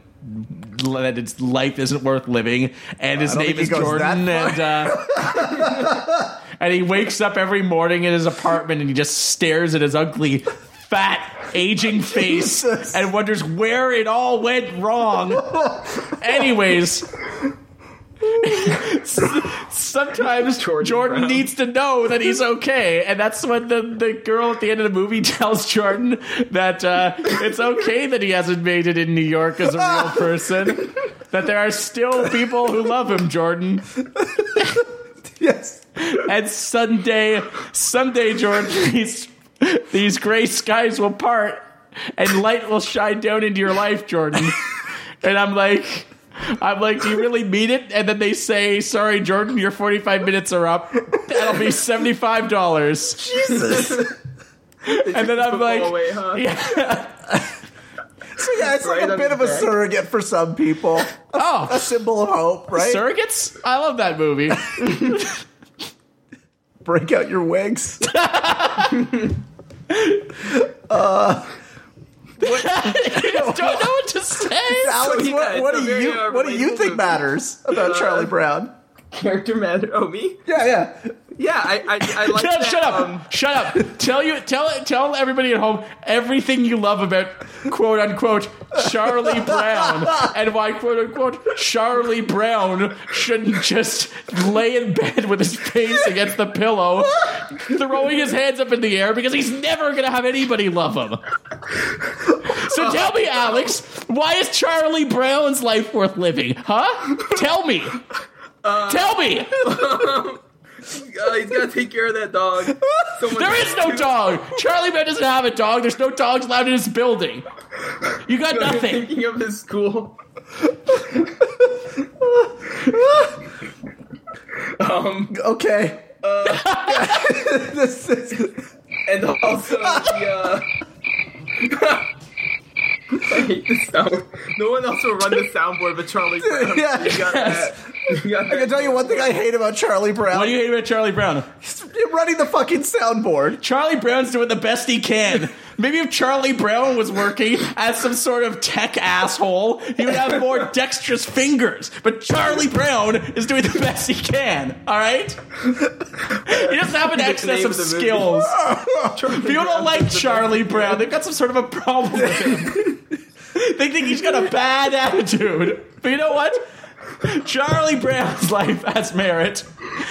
[SPEAKER 4] that his life isn't worth living and his
[SPEAKER 5] don't
[SPEAKER 4] name
[SPEAKER 5] think he
[SPEAKER 4] is
[SPEAKER 5] goes that
[SPEAKER 4] Jordan
[SPEAKER 5] far.
[SPEAKER 4] and uh and he wakes up every morning in his apartment and he just stares at his ugly, fat, aging face
[SPEAKER 5] Jesus.
[SPEAKER 4] and wonders where it all went wrong. Anyways. Sometimes Jordan,
[SPEAKER 6] Jordan Brown.
[SPEAKER 4] needs to know that he's okay, and that's when the, the girl at the end of the movie tells Jordan that uh, it's okay that he hasn't made it in New York as a real person. That there are still people who love him, Jordan.
[SPEAKER 5] Yes.
[SPEAKER 4] And someday, someday, George, these these gray skies will part, and light will shine down into your life, Jordan. And I'm like, I'm like, do you really mean it? And then they say, sorry, Jordan, your 45 minutes are up. That'll be 75 dollars.
[SPEAKER 5] Jesus.
[SPEAKER 4] And then I'm like,
[SPEAKER 6] away, Oh, huh?
[SPEAKER 4] yeah,
[SPEAKER 5] So yeah, it's like
[SPEAKER 6] Right
[SPEAKER 5] a
[SPEAKER 6] on
[SPEAKER 5] bit
[SPEAKER 6] his
[SPEAKER 5] of a
[SPEAKER 6] back.
[SPEAKER 5] surrogate for some people. A
[SPEAKER 4] oh,
[SPEAKER 5] symbol of hope, right?
[SPEAKER 4] surrogates. I love that movie.
[SPEAKER 5] break out your wigs. uh,
[SPEAKER 4] I just don't know what to say.
[SPEAKER 5] Alex,
[SPEAKER 6] yeah,
[SPEAKER 5] what,
[SPEAKER 6] it's
[SPEAKER 5] what
[SPEAKER 6] a
[SPEAKER 5] do
[SPEAKER 6] very,
[SPEAKER 5] you
[SPEAKER 6] uh,
[SPEAKER 5] what do you
[SPEAKER 6] relatable
[SPEAKER 5] think
[SPEAKER 4] Uh,
[SPEAKER 6] movie.
[SPEAKER 5] matters about Charlie Brown?
[SPEAKER 6] Character matter. Oh, me?
[SPEAKER 5] Yeah, yeah.
[SPEAKER 6] Yeah, I I, I like
[SPEAKER 4] shut up!
[SPEAKER 6] that,
[SPEAKER 4] Shut up!
[SPEAKER 6] um,
[SPEAKER 4] shut up! Tell you, tell, tell everybody at home everything you love about quote unquote Charlie Brown and why quote unquote Charlie Brown shouldn't just lay in bed with his face against the pillow, throwing his hands up in the air because he's never gonna have anybody love him. So tell me, Alex, why is Charlie Brown's life worth living? Huh? Tell me. tell me.
[SPEAKER 6] uh, he's got to take care of that dog. Someone
[SPEAKER 4] There is no dog. Charlie Brown doesn't have a dog. There's no dogs allowed in his building. You got nothing.
[SPEAKER 6] Thinking of his school. um,
[SPEAKER 5] Okay. this is,
[SPEAKER 6] and also the. Uh, I hate this sound. No one else will run the soundboard but Charlie Brown.
[SPEAKER 5] Yeah.
[SPEAKER 6] You got that. You got
[SPEAKER 5] I can tell you one thing I hate about Charlie Brown.
[SPEAKER 4] What do you hate about Charlie Brown?
[SPEAKER 5] He's running the fucking soundboard.
[SPEAKER 4] Charlie Brown's doing the best he can. Maybe if Charlie Brown was working as some sort of tech asshole, he would have more dexterous fingers. But Charlie Brown is doing the best he can, alright? He doesn't have an excess
[SPEAKER 6] name
[SPEAKER 4] of
[SPEAKER 6] of the movie.
[SPEAKER 4] skills.
[SPEAKER 6] Charlie
[SPEAKER 4] People
[SPEAKER 6] Brown
[SPEAKER 4] don't like
[SPEAKER 6] does the
[SPEAKER 4] Charlie Brown. They've got some sort of a problem with him. they think he's got a bad attitude. But you know what? Charlie Brown's life has merit.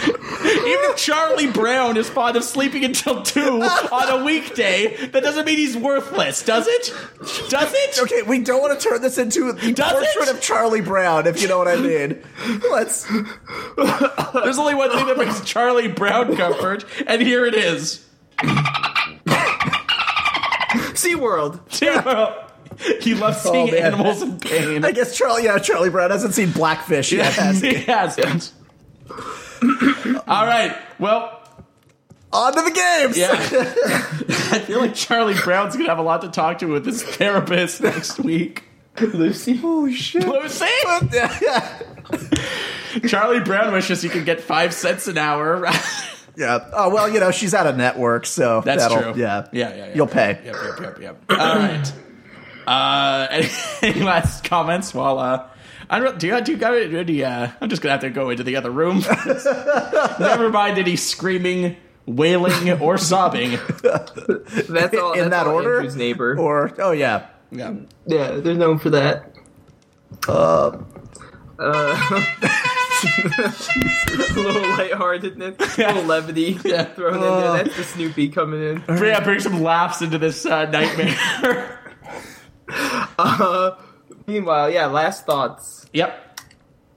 [SPEAKER 4] Even if Charlie Brown is fond of sleeping until 2 on a weekday, that doesn't mean he's worthless, does it? Does it?
[SPEAKER 5] Okay, we don't want to turn this into the
[SPEAKER 4] Does
[SPEAKER 5] portrait
[SPEAKER 4] it?
[SPEAKER 5] of Charlie Brown, if you know what I mean. Let's.
[SPEAKER 4] There's only one thing that brings Charlie Brown comfort, and here it is.
[SPEAKER 6] best. SeaWorld.
[SPEAKER 4] He loves
[SPEAKER 5] Oh,
[SPEAKER 4] seeing
[SPEAKER 5] man.
[SPEAKER 4] animals in pain.
[SPEAKER 5] I guess Charlie. Yeah, Charlie Brown hasn't seen Blackfish yet. has he?
[SPEAKER 4] he hasn't. All right. Well,
[SPEAKER 5] On to the games.
[SPEAKER 4] yeah. I feel like Charlie Brown's gonna have a lot to talk to with his therapist next week.
[SPEAKER 1] Lucy.
[SPEAKER 5] Holy shit.
[SPEAKER 4] Lucy,
[SPEAKER 5] Yeah, yeah.
[SPEAKER 4] Charlie Brown wishes he could get five cents an hour.
[SPEAKER 5] Yeah. Oh well, you know she's out of network, so
[SPEAKER 4] That's
[SPEAKER 5] that'll-
[SPEAKER 4] true.
[SPEAKER 5] Yeah.
[SPEAKER 4] yeah, yeah, yeah.
[SPEAKER 5] You'll pay.
[SPEAKER 4] Yep, yep, yep, yep. All right. Uh, any, any last comments? While uh, I don't, do you do you got do you, uh, I'm just gonna have to go into the other room. Never mind any screaming, wailing, or sobbing.
[SPEAKER 6] That's all.
[SPEAKER 5] In
[SPEAKER 6] that's
[SPEAKER 5] that
[SPEAKER 6] all
[SPEAKER 5] order?
[SPEAKER 6] Andrew's neighbor.
[SPEAKER 5] Or oh yeah.
[SPEAKER 4] Yeah.
[SPEAKER 6] yeah, they're known for that.
[SPEAKER 5] Uh,
[SPEAKER 6] a little lightheartedness, a little levity thrown in there. That's the Snoopy coming in.
[SPEAKER 4] Yeah, bring some laughs into this uh, nightmare.
[SPEAKER 6] Uh, meanwhile, yeah, last thoughts.
[SPEAKER 4] yep.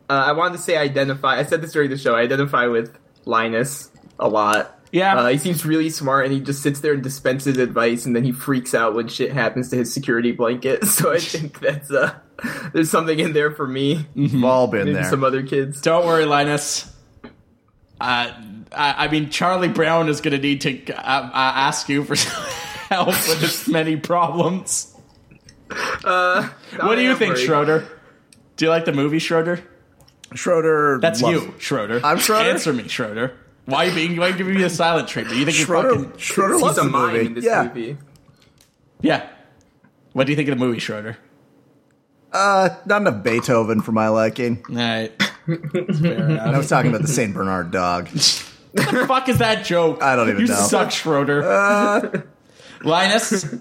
[SPEAKER 6] Uh, I wanted to say identify. I said this during the show. I identify with Linus a lot.
[SPEAKER 4] Yeah.
[SPEAKER 6] Uh, he seems really smart, and he just sits there and dispenses advice, and then he freaks out when shit happens to his security blanket. So I think that's uh, there's something in there for me,
[SPEAKER 5] we've all been
[SPEAKER 6] maybe
[SPEAKER 5] there.
[SPEAKER 6] some other kids.
[SPEAKER 4] Don't worry, Linus. Uh, I, I mean, Charlie Brown is going to need to uh, uh, ask you for some help with his many problems.
[SPEAKER 6] Uh,
[SPEAKER 4] What do
[SPEAKER 6] I
[SPEAKER 4] you
[SPEAKER 6] am
[SPEAKER 4] think,
[SPEAKER 6] worried.
[SPEAKER 4] Schroeder? Do you like the movie Schroeder?
[SPEAKER 5] Schroeder.
[SPEAKER 4] That's
[SPEAKER 5] loves-
[SPEAKER 4] you, Schroeder.
[SPEAKER 5] I'm Schroeder?
[SPEAKER 4] Answer me, Schroeder. Why are you being? Why are you giving me the silent treatment? You think
[SPEAKER 5] Schroeder.
[SPEAKER 4] you fucking
[SPEAKER 5] Schroeder loves
[SPEAKER 6] He's a
[SPEAKER 5] the
[SPEAKER 6] mime
[SPEAKER 5] movie.
[SPEAKER 6] in this
[SPEAKER 5] yeah.
[SPEAKER 6] movie.
[SPEAKER 4] yeah? What do you think of the movie Schroeder?
[SPEAKER 5] Uh, not enough Beethoven for my liking.
[SPEAKER 4] All right. Fair
[SPEAKER 5] I
[SPEAKER 4] enough.
[SPEAKER 5] was talking about the Saint Bernard dog.
[SPEAKER 4] What the fuck is that joke?
[SPEAKER 5] I don't even
[SPEAKER 4] you
[SPEAKER 5] know. Uh.
[SPEAKER 4] suck, Schroeder. Linus, um,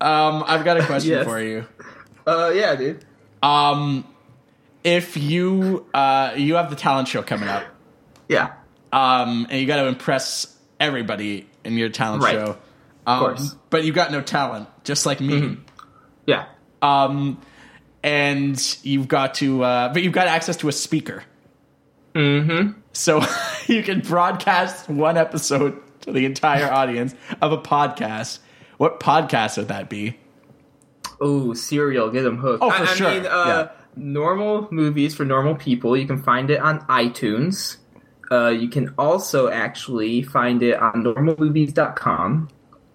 [SPEAKER 4] I've got a question
[SPEAKER 6] Yes.
[SPEAKER 4] for you.
[SPEAKER 6] Uh, yeah, dude.
[SPEAKER 4] Um, if you uh, you have the talent show coming up,
[SPEAKER 6] Yeah,
[SPEAKER 4] um, and you got to impress everybody in your talent
[SPEAKER 6] Right.
[SPEAKER 4] show, Um,
[SPEAKER 6] of course. Mm-hmm.
[SPEAKER 4] but you got no talent, just like me.
[SPEAKER 6] Yeah.
[SPEAKER 4] Um, and you've got to, uh, but you've got access to a speaker,
[SPEAKER 6] Mm-hmm.
[SPEAKER 4] so you can broadcast one episode to the entire audience of a podcast. What podcast would that be?
[SPEAKER 6] Oh, cereal, get them hooked.
[SPEAKER 4] Oh,
[SPEAKER 6] I,
[SPEAKER 4] for
[SPEAKER 6] I
[SPEAKER 4] sure,
[SPEAKER 6] mean, uh, normal movies for normal people. You can find it on iTunes. Uh, you can also actually find it on normalmovies.com.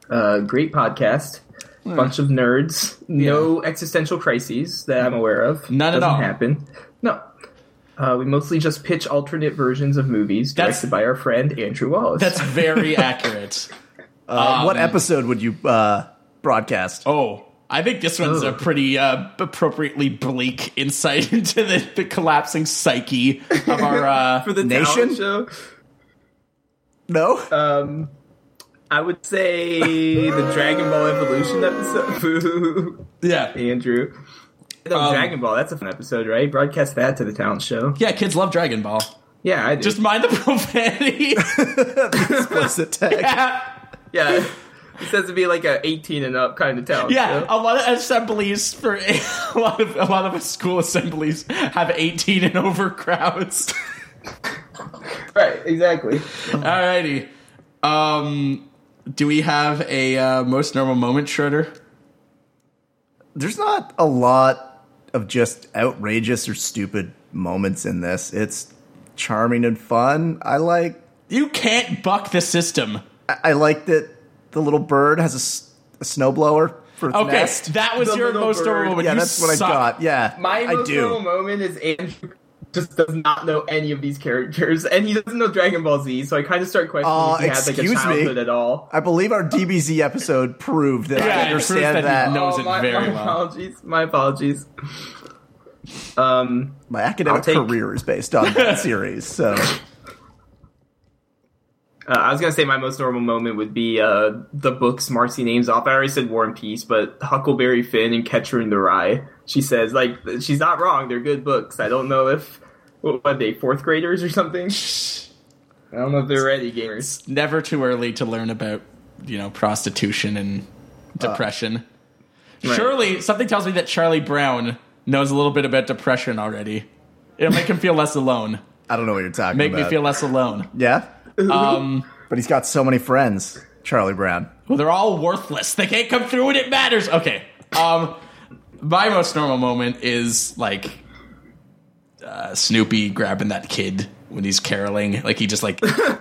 [SPEAKER 6] Uh, great podcast.
[SPEAKER 4] Hmm.
[SPEAKER 6] Bunch of nerds. No existential crises that I'm aware of.
[SPEAKER 4] None at
[SPEAKER 6] Doesn't
[SPEAKER 4] all.
[SPEAKER 6] happen. No. Uh, we mostly just pitch alternate versions of movies
[SPEAKER 4] That's-
[SPEAKER 6] directed by our friend Andrew Wallace.
[SPEAKER 4] That's very accurate.
[SPEAKER 5] Uh, what
[SPEAKER 4] Um,
[SPEAKER 5] episode would you uh, broadcast?
[SPEAKER 4] Oh, I think this one's a pretty uh, appropriately bleak insight into the, the collapsing psyche of our uh,
[SPEAKER 6] for the
[SPEAKER 5] Nation?
[SPEAKER 6] talent show.
[SPEAKER 5] No.
[SPEAKER 6] Um, I would say the Dragon Ball Evolution episode. Boo,
[SPEAKER 4] Yeah.
[SPEAKER 6] Andrew. The
[SPEAKER 4] Um,
[SPEAKER 6] Dragon Ball, that's a fun episode, right? Broadcast that to the talent show.
[SPEAKER 4] Yeah, kids love Dragon Ball.
[SPEAKER 6] Yeah, I do.
[SPEAKER 4] Just mind the profanity.
[SPEAKER 5] Explicit tag.
[SPEAKER 4] yeah.
[SPEAKER 6] yeah. It says to be like a 18 and up kind of talent
[SPEAKER 4] Yeah,
[SPEAKER 6] show.
[SPEAKER 4] a lot of assemblies for a lot of a lot of school assemblies have 18 and over crowds.
[SPEAKER 6] Right, exactly.
[SPEAKER 4] Alrighty. Um do we have a uh, most normal moment, Schroeder?
[SPEAKER 5] There's not a lot of just outrageous or stupid moments in this. It's charming and fun. I like
[SPEAKER 4] You can't buck the system.
[SPEAKER 5] I I like that the little bird has a, s- a snowblower for its
[SPEAKER 4] Okay,
[SPEAKER 5] nest.
[SPEAKER 4] that was
[SPEAKER 6] The
[SPEAKER 4] your
[SPEAKER 6] little
[SPEAKER 4] most normal
[SPEAKER 6] bird.
[SPEAKER 4] moment.
[SPEAKER 5] yeah,
[SPEAKER 4] You
[SPEAKER 5] that's what
[SPEAKER 4] suck.
[SPEAKER 5] I got. Yeah,
[SPEAKER 6] My
[SPEAKER 5] I
[SPEAKER 6] emotional
[SPEAKER 5] do.
[SPEAKER 6] moment is Andrew just does not know any of these characters, and he doesn't know Dragon Ball Z, so I kind of start questioning
[SPEAKER 5] Aw,
[SPEAKER 6] if he had like a
[SPEAKER 5] excuse me.
[SPEAKER 6] childhood at all.
[SPEAKER 5] I believe our DBZ episode proved that
[SPEAKER 4] Yeah, it
[SPEAKER 5] I
[SPEAKER 4] proves
[SPEAKER 5] understand
[SPEAKER 4] that
[SPEAKER 5] that.
[SPEAKER 4] he knows it
[SPEAKER 6] Oh, my,
[SPEAKER 4] very
[SPEAKER 6] my
[SPEAKER 4] well.
[SPEAKER 6] apologies. My apologies. Um,
[SPEAKER 5] My
[SPEAKER 6] I'll
[SPEAKER 5] academic
[SPEAKER 6] take-
[SPEAKER 5] career is based on that series, so
[SPEAKER 6] uh, I was gonna say my most normal moment would be uh, the books Marcy names off. I already said War and Peace, but Huckleberry Finn and Catcher in the Rye. She says like she's not wrong. They're good books. I don't know if what are they fourth graders or something. I don't know if they're ready gamers.
[SPEAKER 4] never too early to learn about you know prostitution and depression.
[SPEAKER 6] Right.
[SPEAKER 4] Surely something tells me that Charlie Brown knows a little bit about depression already. It'll make him feel less alone.
[SPEAKER 5] I don't know what you're talking
[SPEAKER 4] Make
[SPEAKER 5] about.
[SPEAKER 4] me feel less alone.
[SPEAKER 5] yeah,
[SPEAKER 4] Um,
[SPEAKER 5] but he's got so many friends, Charlie Brown.
[SPEAKER 4] well, they're all worthless. They can't come through when it matters. Okay. Um, my most normal moment is like uh, Snoopy grabbing that kid when he's caroling. Like he just like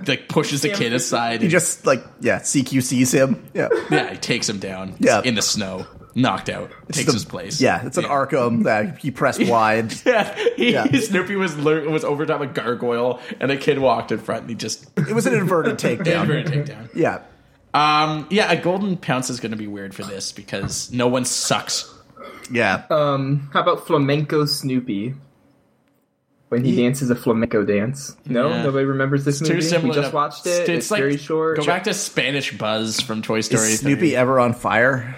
[SPEAKER 4] like pushes the kid aside.
[SPEAKER 5] He just like yeah, CQCs him. Yeah,
[SPEAKER 4] Yeah, he takes him down.
[SPEAKER 5] Yeah.
[SPEAKER 4] in the snow, knocked out, takes
[SPEAKER 5] the-
[SPEAKER 4] his place.
[SPEAKER 5] yeah. It's an Arkham that he pressed wide.
[SPEAKER 4] Yeah, he,
[SPEAKER 5] Yeah.
[SPEAKER 4] Snoopy was lur- was over top a gargoyle, and a kid walked in front, and he just
[SPEAKER 5] It was an inverted takedown.
[SPEAKER 4] inverted takedown.
[SPEAKER 5] yeah,
[SPEAKER 4] Um, yeah, a golden pounce is going to be weird for this because no one sucks.
[SPEAKER 5] yeah.
[SPEAKER 6] Um, how about flamenco Snoopy? When he dances a flamenco dance. No,
[SPEAKER 4] Yeah.
[SPEAKER 6] nobody remembers this movie.
[SPEAKER 4] Too similar.
[SPEAKER 6] we just
[SPEAKER 4] to-
[SPEAKER 6] watched it. It's,
[SPEAKER 4] like
[SPEAKER 6] very short.
[SPEAKER 4] Go back to Spanish Buzz from Toy Story.
[SPEAKER 5] Is Snoopy
[SPEAKER 4] 3.
[SPEAKER 5] ever on fire?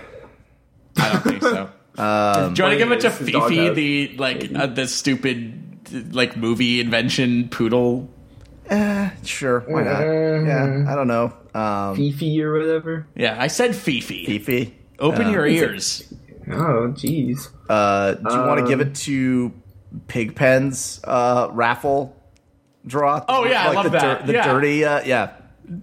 [SPEAKER 4] I don't think so.
[SPEAKER 5] Um,
[SPEAKER 4] Do you want to give it to
[SPEAKER 6] It's his dog
[SPEAKER 4] Fifi,
[SPEAKER 6] house,
[SPEAKER 4] the like uh, the stupid like movie invention poodle?
[SPEAKER 5] Eh, Sure, why not?
[SPEAKER 6] Mm-hmm.
[SPEAKER 5] Yeah, I don't know. Um,
[SPEAKER 6] Fifi or whatever.
[SPEAKER 4] Yeah, I said Fifi.
[SPEAKER 5] beefy.
[SPEAKER 4] Open
[SPEAKER 5] Uh,
[SPEAKER 4] your ears.
[SPEAKER 6] Oh, jeez.
[SPEAKER 5] Uh, do you want to
[SPEAKER 6] Um,
[SPEAKER 5] give it to Pigpen's uh, raffle draw?
[SPEAKER 4] Oh, yeah, I love
[SPEAKER 5] the
[SPEAKER 4] that.
[SPEAKER 5] the
[SPEAKER 4] Yeah.
[SPEAKER 5] dirty, uh, yeah,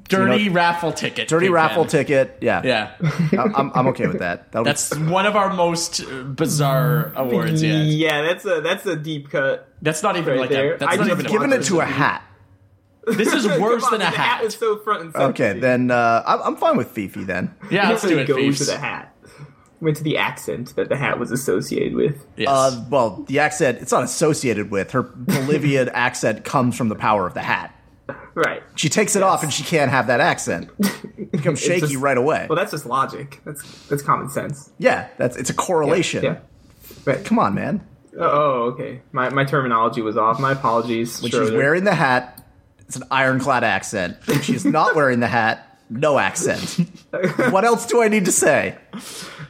[SPEAKER 4] Dirty
[SPEAKER 5] You
[SPEAKER 4] raffle ticket.
[SPEAKER 5] dirty
[SPEAKER 4] Pig
[SPEAKER 5] raffle
[SPEAKER 4] Pen.
[SPEAKER 5] ticket. Yeah,
[SPEAKER 4] Yeah.
[SPEAKER 5] I- I'm, I'm okay with that. That'll
[SPEAKER 4] That's one of our most uh, bizarre awards
[SPEAKER 6] yeah.
[SPEAKER 4] yet.
[SPEAKER 6] that's a that's a deep cut.
[SPEAKER 4] That's not even
[SPEAKER 6] Right
[SPEAKER 4] like
[SPEAKER 6] there.
[SPEAKER 4] a, that's
[SPEAKER 6] I
[SPEAKER 4] not
[SPEAKER 6] just
[SPEAKER 4] even
[SPEAKER 5] be
[SPEAKER 4] a
[SPEAKER 5] giving it to a hat.
[SPEAKER 4] This is worse
[SPEAKER 6] Come on,
[SPEAKER 4] than a
[SPEAKER 6] The
[SPEAKER 4] hat.
[SPEAKER 6] hat was so front and center.
[SPEAKER 5] Okay, then uh, I'm, I'm fine with Fifi. Then
[SPEAKER 4] yeah, let's do it,
[SPEAKER 6] go
[SPEAKER 4] Phoebes.
[SPEAKER 6] to the hat. Went to the accent that the hat was associated with.
[SPEAKER 4] Yes.
[SPEAKER 5] uh, well, the accent it's not associated with her Bolivian accent comes from the power of the hat.
[SPEAKER 6] Right.
[SPEAKER 5] She takes it off and she can't have that accent. Becomes
[SPEAKER 6] It's
[SPEAKER 5] shaky
[SPEAKER 6] just-
[SPEAKER 5] right away.
[SPEAKER 6] Well, that's just logic. That's that's common sense.
[SPEAKER 5] yeah, that's it's a correlation.
[SPEAKER 6] Yeah. Right.
[SPEAKER 5] Come on, man.
[SPEAKER 6] Oh, okay. My my terminology was off. My apologies.
[SPEAKER 5] When she's
[SPEAKER 6] Schroeder.
[SPEAKER 5] wearing the hat, it's an ironclad accent. When she's not wearing the hat, no accent. what else do I need to say?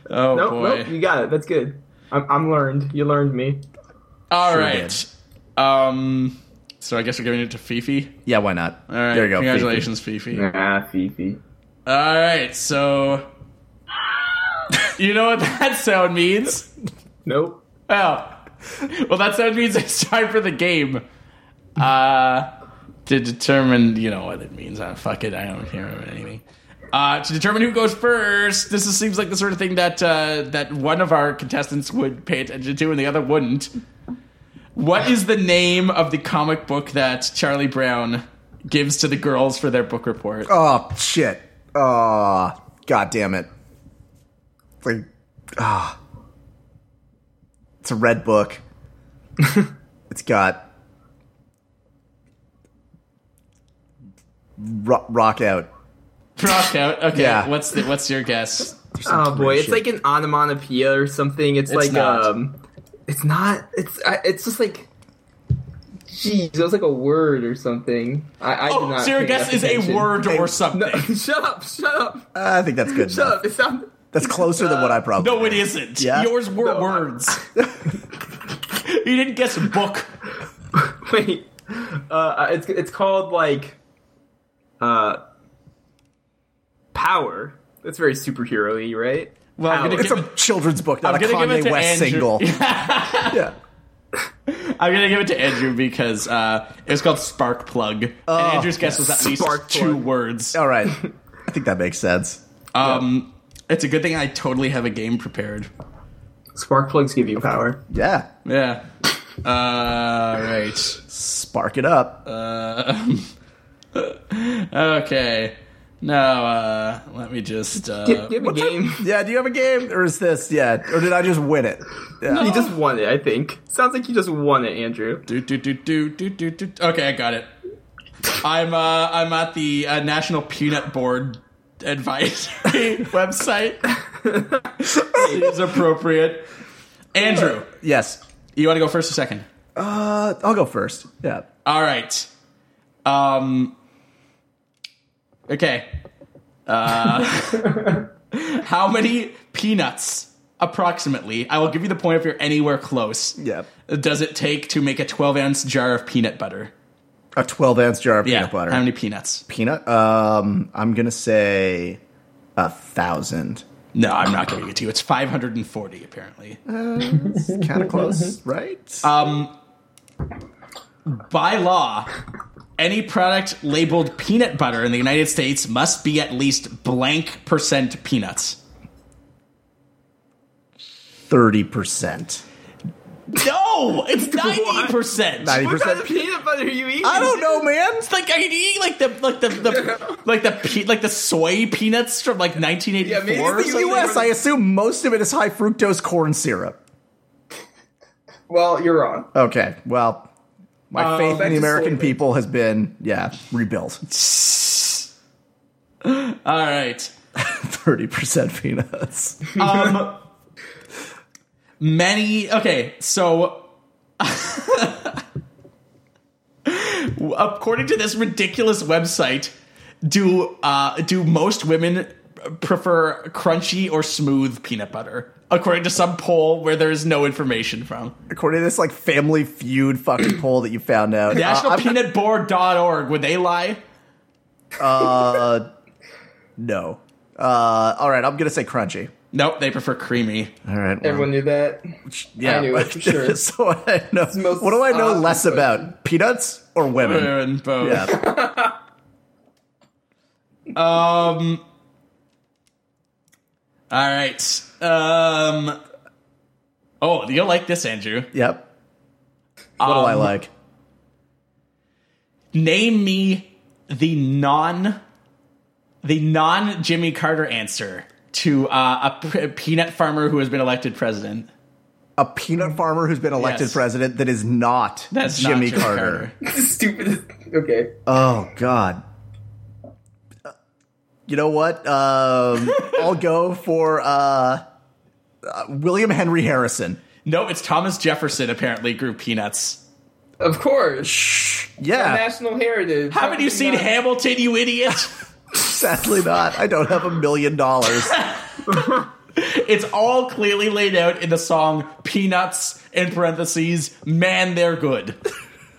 [SPEAKER 4] oh
[SPEAKER 6] Nope,
[SPEAKER 4] boy.
[SPEAKER 6] nope. You got it. That's good. I'm, I'm learned. You learned me.
[SPEAKER 4] All
[SPEAKER 5] Sure
[SPEAKER 4] right. Um. So I guess we're giving it to Fifi.
[SPEAKER 5] Yeah, why not?
[SPEAKER 4] All right.
[SPEAKER 5] There you go.
[SPEAKER 4] Congratulations, Fifi.
[SPEAKER 6] Ah, Fifi.
[SPEAKER 4] All right. So. you know what that sound means?
[SPEAKER 6] Nope.
[SPEAKER 4] Oh. Well, that sound means it's time for the game. Uh, to determine, you know what it means. Uh, fuck it, I don't care about anything. Uh, to determine who goes first, this is, seems like the sort of thing that uh, that one of our contestants would pay attention to and the other wouldn't. What is the name of the comic book that Charlie Brown gives to the girls for their book report?
[SPEAKER 5] Oh shit. Oh god damn it. It's like ah. It's a red book. it's got Ro- rock out.
[SPEAKER 4] Rock out. Okay,
[SPEAKER 5] Yeah.
[SPEAKER 4] what's the, what's your guess?
[SPEAKER 6] Oh boy, it's
[SPEAKER 5] shit.
[SPEAKER 6] like an onomatopoeia or something. It's, like
[SPEAKER 4] not.
[SPEAKER 6] um, it's not. It's I it's just like Jeez, it was like a word or something. I, I did
[SPEAKER 4] Oh,
[SPEAKER 6] not.
[SPEAKER 4] so your
[SPEAKER 6] pay
[SPEAKER 4] guess
[SPEAKER 6] enough
[SPEAKER 4] is a
[SPEAKER 6] attention.
[SPEAKER 4] word or something.
[SPEAKER 6] No, shut up! Shut up!
[SPEAKER 5] I think that's good.
[SPEAKER 6] Shut
[SPEAKER 5] enough.
[SPEAKER 6] up! It sounded.
[SPEAKER 5] That's closer than what I probably.
[SPEAKER 4] No, it isn't.
[SPEAKER 5] Yeah?
[SPEAKER 4] Yours were
[SPEAKER 6] No, I-
[SPEAKER 4] words. you didn't guess book.
[SPEAKER 6] Wait, uh, it's it's called like, uh, power. That's very superhero-y, right?
[SPEAKER 4] Well, I'm gonna
[SPEAKER 6] Power.
[SPEAKER 5] It's a children's book, not
[SPEAKER 4] I'm
[SPEAKER 5] a
[SPEAKER 4] gonna give it to
[SPEAKER 5] Kanye West
[SPEAKER 4] Andrew.
[SPEAKER 5] single. yeah.
[SPEAKER 4] I'm gonna give it to Andrew because uh, it was called Spark Plug, and Andrew's guess was at least
[SPEAKER 6] Oh, Spark
[SPEAKER 4] two
[SPEAKER 6] Plug.
[SPEAKER 4] words.
[SPEAKER 5] All right. I think that makes sense.
[SPEAKER 4] Um, it's a good thing I totally have a game prepared.
[SPEAKER 6] spark plugs give you power.
[SPEAKER 5] Yeah.
[SPEAKER 4] Yeah. Uh, right.
[SPEAKER 5] Spark it up.
[SPEAKER 4] Uh, okay. Now, uh, let me just. Uh,
[SPEAKER 6] Give, give a game.
[SPEAKER 5] yeah. Do you have a game, or is this? Yeah. Or did I just win it? Yeah.
[SPEAKER 6] You just won it, I think. Sounds like you just won it, Andrew.
[SPEAKER 4] Do, do, do, do, do, do, do. Okay, I got it. I'm uh, I'm at the uh, National Peanut Board Advisory website. Seems appropriate. Andrew,
[SPEAKER 5] Yes.
[SPEAKER 4] you want to go first or second?
[SPEAKER 5] Uh, I'll go first. Yeah.
[SPEAKER 4] All right. Um. Okay. Uh, how many peanuts, approximately? I will give you the point if you're anywhere close.
[SPEAKER 5] Yeah.
[SPEAKER 4] Does it take to make a 12 ounce jar of peanut butter?
[SPEAKER 5] A 12 ounce jar of
[SPEAKER 4] Yeah.
[SPEAKER 5] peanut butter.
[SPEAKER 4] How many peanuts?
[SPEAKER 5] peanut? Um, I'm gonna say a thousand.
[SPEAKER 4] No, I'm not giving it to you. It's 540 apparently.
[SPEAKER 5] Kind of close, right?
[SPEAKER 4] Uh, By law, any product labeled peanut butter in the United States must be at least blank percent peanuts.
[SPEAKER 5] Thirty percent.
[SPEAKER 4] No, it's 90%.
[SPEAKER 5] Ninety
[SPEAKER 6] What kind
[SPEAKER 5] percent.
[SPEAKER 6] of peanut butter are you eating?
[SPEAKER 5] I don't know, man.
[SPEAKER 4] It's like I could eat like the like the, the like the pe- like the soy peanuts from like 1984.
[SPEAKER 6] Yeah, maybe
[SPEAKER 4] or
[SPEAKER 6] it's the
[SPEAKER 4] something.
[SPEAKER 5] U.S. I assume most of it is high fructose corn syrup.
[SPEAKER 6] Well, you're wrong.
[SPEAKER 4] Uh-huh.
[SPEAKER 5] Okay. Well, my faith
[SPEAKER 6] Uh, back
[SPEAKER 5] in the
[SPEAKER 6] to
[SPEAKER 5] American
[SPEAKER 6] soybeans.
[SPEAKER 5] people has been yeah rebuilt.
[SPEAKER 4] All right.
[SPEAKER 5] Thirty percent peanuts.
[SPEAKER 4] Um, many. Okay, so. according to this ridiculous website, do uh, do most women prefer crunchy or smooth peanut butter? According to some poll where there is no information from.
[SPEAKER 5] According to this like Family Feud fucking poll that you found out. Uh, I'm-
[SPEAKER 4] NationalPeanutBoard.org. Would they lie?
[SPEAKER 5] no. Uh, all right. I'm gonna say crunchy.
[SPEAKER 4] Nope, they prefer creamy.
[SPEAKER 5] All right. well-
[SPEAKER 6] Everyone knew that.
[SPEAKER 5] Yeah,
[SPEAKER 6] I knew it
[SPEAKER 5] but-
[SPEAKER 6] for sure.
[SPEAKER 5] so I know.
[SPEAKER 6] most
[SPEAKER 5] What do I know
[SPEAKER 6] obvious
[SPEAKER 5] less
[SPEAKER 6] question.
[SPEAKER 5] about? Peanuts or women?
[SPEAKER 4] And both.
[SPEAKER 5] Hmm. Yeah.
[SPEAKER 4] Um. All right. Um. Oh, you'll like this, Andrew.
[SPEAKER 5] yep. What do I
[SPEAKER 4] Um,
[SPEAKER 5] like?
[SPEAKER 4] Name me the non, the non Jimmy Carter answer to uh, a, p- a peanut farmer who has been elected president.
[SPEAKER 5] A peanut farmer who's been elected
[SPEAKER 4] Yes.
[SPEAKER 5] president that is not
[SPEAKER 4] That's not
[SPEAKER 5] Jimmy Carter.
[SPEAKER 6] Stupid. Okay.
[SPEAKER 4] Uh-huh.
[SPEAKER 5] Oh God. Uh, You know what? Um, I'll go for uh, uh, William Henry Harrison.
[SPEAKER 4] No, it's Thomas Jefferson. Apparently, grew peanuts.
[SPEAKER 6] Of course.
[SPEAKER 5] Yeah,
[SPEAKER 6] National heritage.
[SPEAKER 4] Haven't you
[SPEAKER 6] could
[SPEAKER 4] seen
[SPEAKER 6] not-
[SPEAKER 4] Hamilton, you idiot?
[SPEAKER 5] sadly not. I don't have a million dollars.
[SPEAKER 4] It's all clearly laid out in the song Peanuts in parentheses, man, they're good.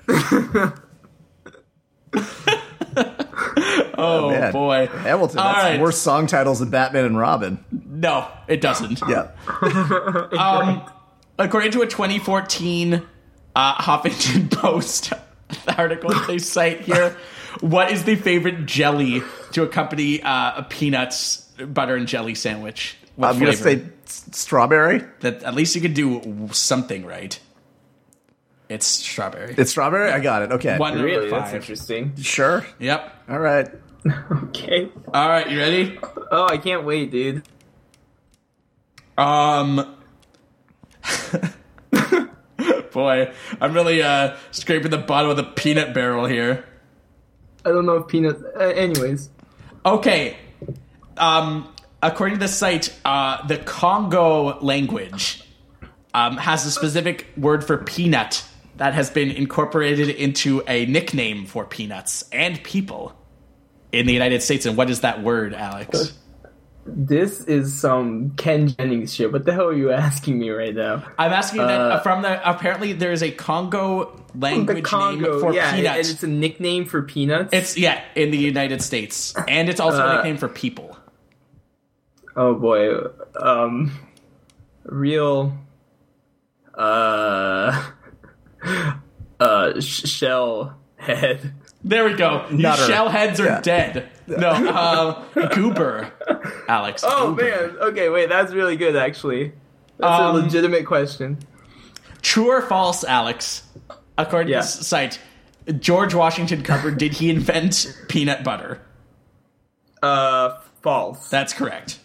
[SPEAKER 4] oh,
[SPEAKER 5] man.
[SPEAKER 4] boy.
[SPEAKER 5] Hamilton.
[SPEAKER 4] All
[SPEAKER 5] That's
[SPEAKER 4] right.
[SPEAKER 5] worse song titles than Batman and Robin.
[SPEAKER 4] No, it doesn't.
[SPEAKER 5] Yeah.
[SPEAKER 4] Um, according to a 2014 uh, Huffington Post article that they cite here, what is the favorite jelly to accompany uh, a peanuts butter and jelly sandwich? What
[SPEAKER 5] I'm gonna
[SPEAKER 4] flavor?
[SPEAKER 5] say s- strawberry.
[SPEAKER 4] that at least you could do something right. It's strawberry.
[SPEAKER 5] It's strawberry. I got it. Okay.
[SPEAKER 4] One
[SPEAKER 6] Really?
[SPEAKER 4] out of
[SPEAKER 6] That's
[SPEAKER 4] five.
[SPEAKER 6] interesting.
[SPEAKER 5] Sure.
[SPEAKER 4] Yep.
[SPEAKER 5] All right.
[SPEAKER 6] Okay.
[SPEAKER 4] All right, you ready?
[SPEAKER 6] Oh, I can't wait, dude.
[SPEAKER 4] Um. Boy, I'm really uh, scraping the bottom of the peanut barrel here.
[SPEAKER 6] I don't know if peanuts. Uh, anyways,
[SPEAKER 4] Okay. Um, according to the site, uh, the Congo language um, has a specific word for peanut that has been incorporated into a nickname for peanuts and people in the United States. And what is that word, Alex?
[SPEAKER 6] This is some Ken Jennings shit. What the hell are you asking me right now?
[SPEAKER 4] I'm asking you
[SPEAKER 6] Uh,
[SPEAKER 4] that from the apparently there is a Congo language
[SPEAKER 6] the Congo,
[SPEAKER 4] name for
[SPEAKER 6] yeah,
[SPEAKER 4] peanuts.
[SPEAKER 6] and it's a nickname for peanuts.
[SPEAKER 4] It's yeah, in the United States, and it's also a
[SPEAKER 6] Uh,
[SPEAKER 4] nickname for people.
[SPEAKER 6] oh boy, um, real, uh, uh, sh- shell head.
[SPEAKER 4] There we go. You
[SPEAKER 5] Nutter.
[SPEAKER 4] shell heads are dead. No, um, goober, Alex.
[SPEAKER 6] Oh
[SPEAKER 4] goober.
[SPEAKER 6] man, okay, wait, that's really good actually. That's
[SPEAKER 4] Um,
[SPEAKER 6] a legitimate question.
[SPEAKER 4] True or false, Alex? According
[SPEAKER 6] Yeah.
[SPEAKER 4] to this site, George Washington covered. did he invent peanut butter?
[SPEAKER 6] Uh, false.
[SPEAKER 4] That's correct.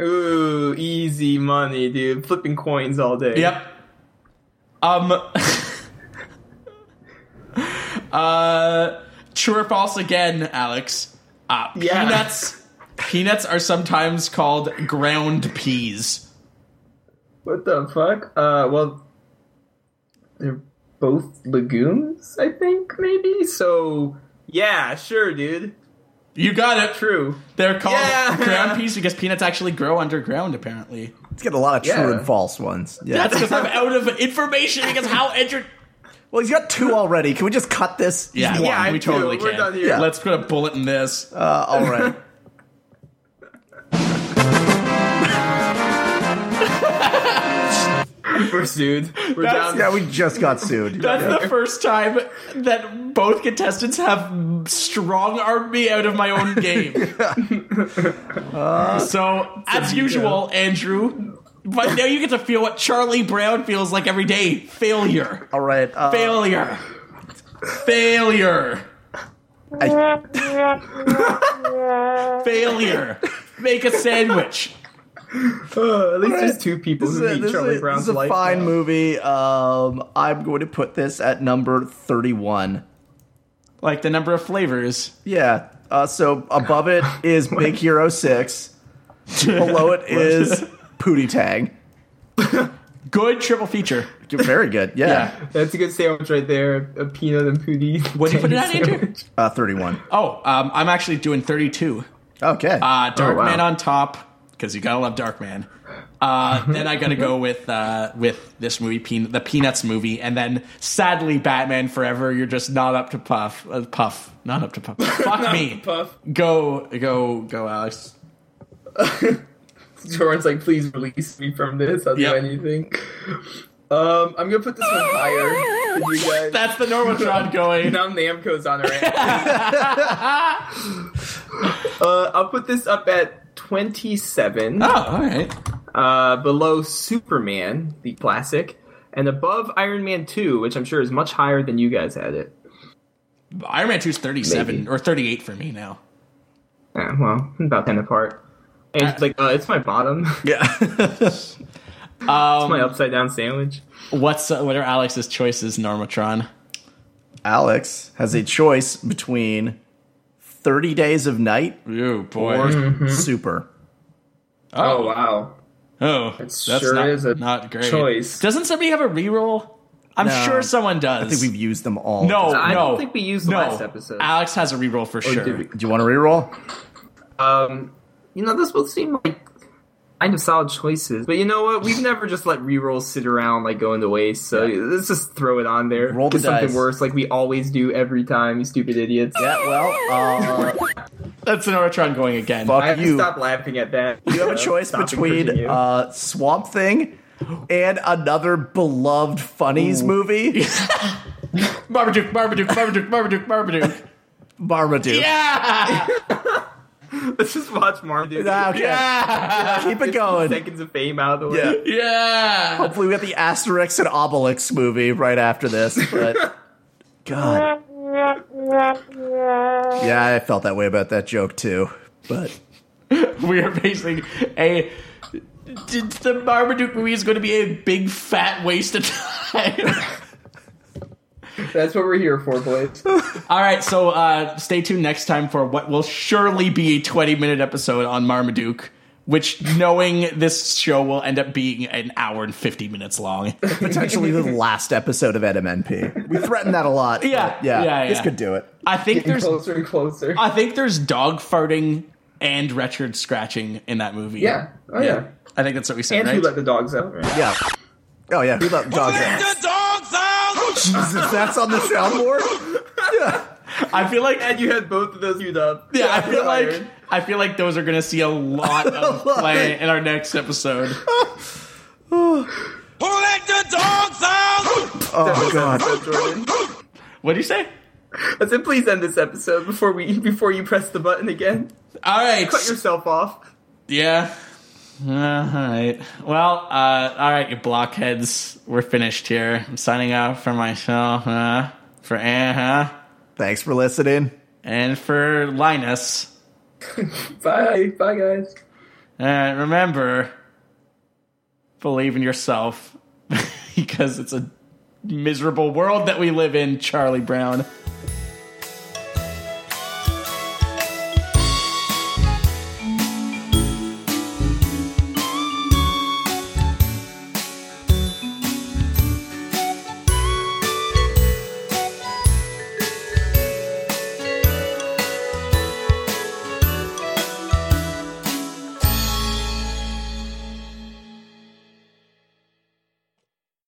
[SPEAKER 6] Ooh, easy money, dude. Flipping coins all day.
[SPEAKER 4] Yep. Um. uh, true or false again, Alex? Uh,
[SPEAKER 6] Yeah.
[SPEAKER 4] Peanuts. Peanuts are sometimes called ground peas.
[SPEAKER 6] What the fuck? Uh, well, they're both legumes, I think, maybe? So, yeah, sure, dude.
[SPEAKER 4] You got it.
[SPEAKER 6] True.
[SPEAKER 4] They're called
[SPEAKER 6] Yeah.
[SPEAKER 4] ground peas because peanuts actually grow underground, apparently.
[SPEAKER 5] It's got a lot of true
[SPEAKER 6] Yeah.
[SPEAKER 5] and false ones. Yeah.
[SPEAKER 4] That's because I'm out of information because how entered.
[SPEAKER 5] well, he's got two already. Can we just cut this?
[SPEAKER 4] Yeah,
[SPEAKER 5] Just
[SPEAKER 6] Yeah,
[SPEAKER 5] one.
[SPEAKER 6] I
[SPEAKER 4] we
[SPEAKER 6] do.
[SPEAKER 4] totally
[SPEAKER 6] We're
[SPEAKER 4] can.
[SPEAKER 6] done here. Yeah.
[SPEAKER 4] Let's put a bullet in this.
[SPEAKER 5] Uh, all right.
[SPEAKER 6] We're sued. We're
[SPEAKER 4] That's-
[SPEAKER 6] down.
[SPEAKER 5] yeah, we just got sued.
[SPEAKER 4] That's
[SPEAKER 5] Yeah.
[SPEAKER 4] the first time that both contestants have strong armed me out of my own game. Uh, so, as usual, Andrew, but now you get to feel what Charlie Brown feels like every day failure,
[SPEAKER 5] all right. Uh,
[SPEAKER 4] failure, failure,
[SPEAKER 5] I,
[SPEAKER 4] failure. Make a sandwich.
[SPEAKER 6] Uh, at least there's two people
[SPEAKER 5] this is
[SPEAKER 6] who
[SPEAKER 5] a,
[SPEAKER 6] hate
[SPEAKER 5] this is a-
[SPEAKER 6] Charlie
[SPEAKER 5] this
[SPEAKER 6] Brown's
[SPEAKER 5] is a
[SPEAKER 6] life.
[SPEAKER 5] fine
[SPEAKER 6] now.
[SPEAKER 5] movie. Um, I'm going to put this at number 31.
[SPEAKER 4] Like the number of flavors.
[SPEAKER 5] Yeah. Uh, so above it is Big Hero 6. Below it is Pootie Tang.
[SPEAKER 4] Good triple feature.
[SPEAKER 5] Very good. Yeah.
[SPEAKER 4] Yeah.
[SPEAKER 6] That's a good sandwich right there. A peanut and pootie.
[SPEAKER 4] What do you put it at,
[SPEAKER 6] sandwich.
[SPEAKER 4] Andrew?
[SPEAKER 5] Uh, 31.
[SPEAKER 4] Oh, um, I'm actually doing 32.
[SPEAKER 5] Okay.
[SPEAKER 4] Uh, Dark
[SPEAKER 6] wow.
[SPEAKER 4] Man on top because you gotta love Dark Man. Uh, then I gotta go with uh, with this movie, Pean- the Peanuts movie, and then sadly Batman Forever. You're just not up to puff, uh, puff, not up to puff. Fuck me,
[SPEAKER 6] Puff.
[SPEAKER 4] go go go, Alex.
[SPEAKER 6] Jordan's like, please release me from this. I'll
[SPEAKER 4] Yep.
[SPEAKER 6] do anything. Um, I'm gonna put this one higher. than You guys.
[SPEAKER 4] That's the Norwatron going.
[SPEAKER 6] now Namco's on her ass. uh, I'll put this up at 27,
[SPEAKER 4] Oh, all right.
[SPEAKER 6] uh, below Superman, the classic, and above Iron Man 2, which I'm sure is much higher than you guys had it.
[SPEAKER 4] Iron Man 2's 37
[SPEAKER 6] Maybe.
[SPEAKER 4] or 38 for me now.
[SPEAKER 6] Eh, well, about 10 apart. And it's like, uh, it's my bottom. It's
[SPEAKER 5] yeah.
[SPEAKER 6] my upside down sandwich.
[SPEAKER 4] What's uh, what are Alex's choices, Normatron?
[SPEAKER 5] Alex has a choice between 30 Days of Night
[SPEAKER 4] You boy.
[SPEAKER 5] or
[SPEAKER 6] Mm-hmm.
[SPEAKER 5] Super.
[SPEAKER 6] Oh, wow.
[SPEAKER 4] Oh, that's
[SPEAKER 6] sure
[SPEAKER 4] not,
[SPEAKER 6] is a
[SPEAKER 4] not great.
[SPEAKER 6] choice.
[SPEAKER 4] Doesn't somebody have a reroll? I'm
[SPEAKER 5] No.
[SPEAKER 4] sure someone does.
[SPEAKER 5] I think we've used them all.
[SPEAKER 4] no,
[SPEAKER 6] I
[SPEAKER 4] no,
[SPEAKER 6] don't think we used the
[SPEAKER 4] no.
[SPEAKER 6] last episode.
[SPEAKER 4] Alex has a reroll for
[SPEAKER 6] Or
[SPEAKER 4] sure.
[SPEAKER 6] did we?
[SPEAKER 5] Do you want to reroll?
[SPEAKER 6] Um, you know, this will seem like kind of solid choices, but you know what? We've never just let rerolls sit around like going to waste. So let's just throw it on there.
[SPEAKER 5] Roll the
[SPEAKER 6] Get something
[SPEAKER 5] dice.
[SPEAKER 6] worse, like we always do every time. You stupid idiots!
[SPEAKER 5] Yeah, well, uh,
[SPEAKER 4] That's an Ortron going again.
[SPEAKER 5] fuck
[SPEAKER 6] I have
[SPEAKER 5] you.
[SPEAKER 6] to stop laughing at that.
[SPEAKER 5] You have a choice between uh, Swamp Thing and another beloved funnies movie,
[SPEAKER 4] Marmaduke, Marmaduke, Marmaduke, Marmaduke, Marmaduke.
[SPEAKER 5] Marmaduke.
[SPEAKER 4] yeah,
[SPEAKER 6] let's just watch Marmaduke.
[SPEAKER 5] Ah, Okay,
[SPEAKER 4] yeah,
[SPEAKER 5] keep it
[SPEAKER 6] Fifteen
[SPEAKER 5] going.
[SPEAKER 6] Seconds of fame out of the way.
[SPEAKER 5] Yeah.
[SPEAKER 4] yeah.
[SPEAKER 5] Hopefully, we get the Asterix and Obelix movie right after this. But God, yeah, I felt that way about that joke too. But
[SPEAKER 4] We are facing a. Did the Marmaduke movie is going to be a big fat waste of time.
[SPEAKER 6] That's what we're here for, boys.
[SPEAKER 4] All right, so uh, stay tuned next time for what will surely be a 20 minute episode on Marmaduke which knowing this show will end up being an hour and 50 minutes long.
[SPEAKER 5] Potentially the last episode of NP. We threatened that a lot.
[SPEAKER 4] Yeah,
[SPEAKER 5] but yeah,
[SPEAKER 4] yeah,
[SPEAKER 5] This
[SPEAKER 4] yeah.
[SPEAKER 5] could do it.
[SPEAKER 4] I think
[SPEAKER 1] Getting
[SPEAKER 4] there's
[SPEAKER 1] closer and closer.
[SPEAKER 4] I think there's dog farting and Richard scratching in that movie.
[SPEAKER 1] Yeah. Oh, yeah.
[SPEAKER 4] I think that's what we said,
[SPEAKER 1] and
[SPEAKER 4] right?
[SPEAKER 1] who let the dogs out?
[SPEAKER 5] Yeah. Oh yeah, who let dogs out? Jesus, that's on the soundboard. Yeah.
[SPEAKER 4] I feel like
[SPEAKER 6] And you had both of those queued up.
[SPEAKER 4] yeah, I feel like
[SPEAKER 6] Iron.
[SPEAKER 4] I feel like those are gonna see a lot of
[SPEAKER 5] lot.
[SPEAKER 4] play in our next episode.
[SPEAKER 5] Oh god.
[SPEAKER 6] So, Jordan.
[SPEAKER 4] What do you say?
[SPEAKER 6] I said, please end this episode before we before you press the button again.
[SPEAKER 4] All right.
[SPEAKER 6] Cut yourself off.
[SPEAKER 4] Yeah. Uh, all right. Well, uh, all right, you blockheads. We're finished here. I'm signing out for myself, uh, for uh-huh,
[SPEAKER 5] Thanks for listening.
[SPEAKER 4] and for Linus.
[SPEAKER 1] Bye. Bye, guys.
[SPEAKER 4] And remember, believe in yourself because it's a miserable world that we live in, Charlie Brown.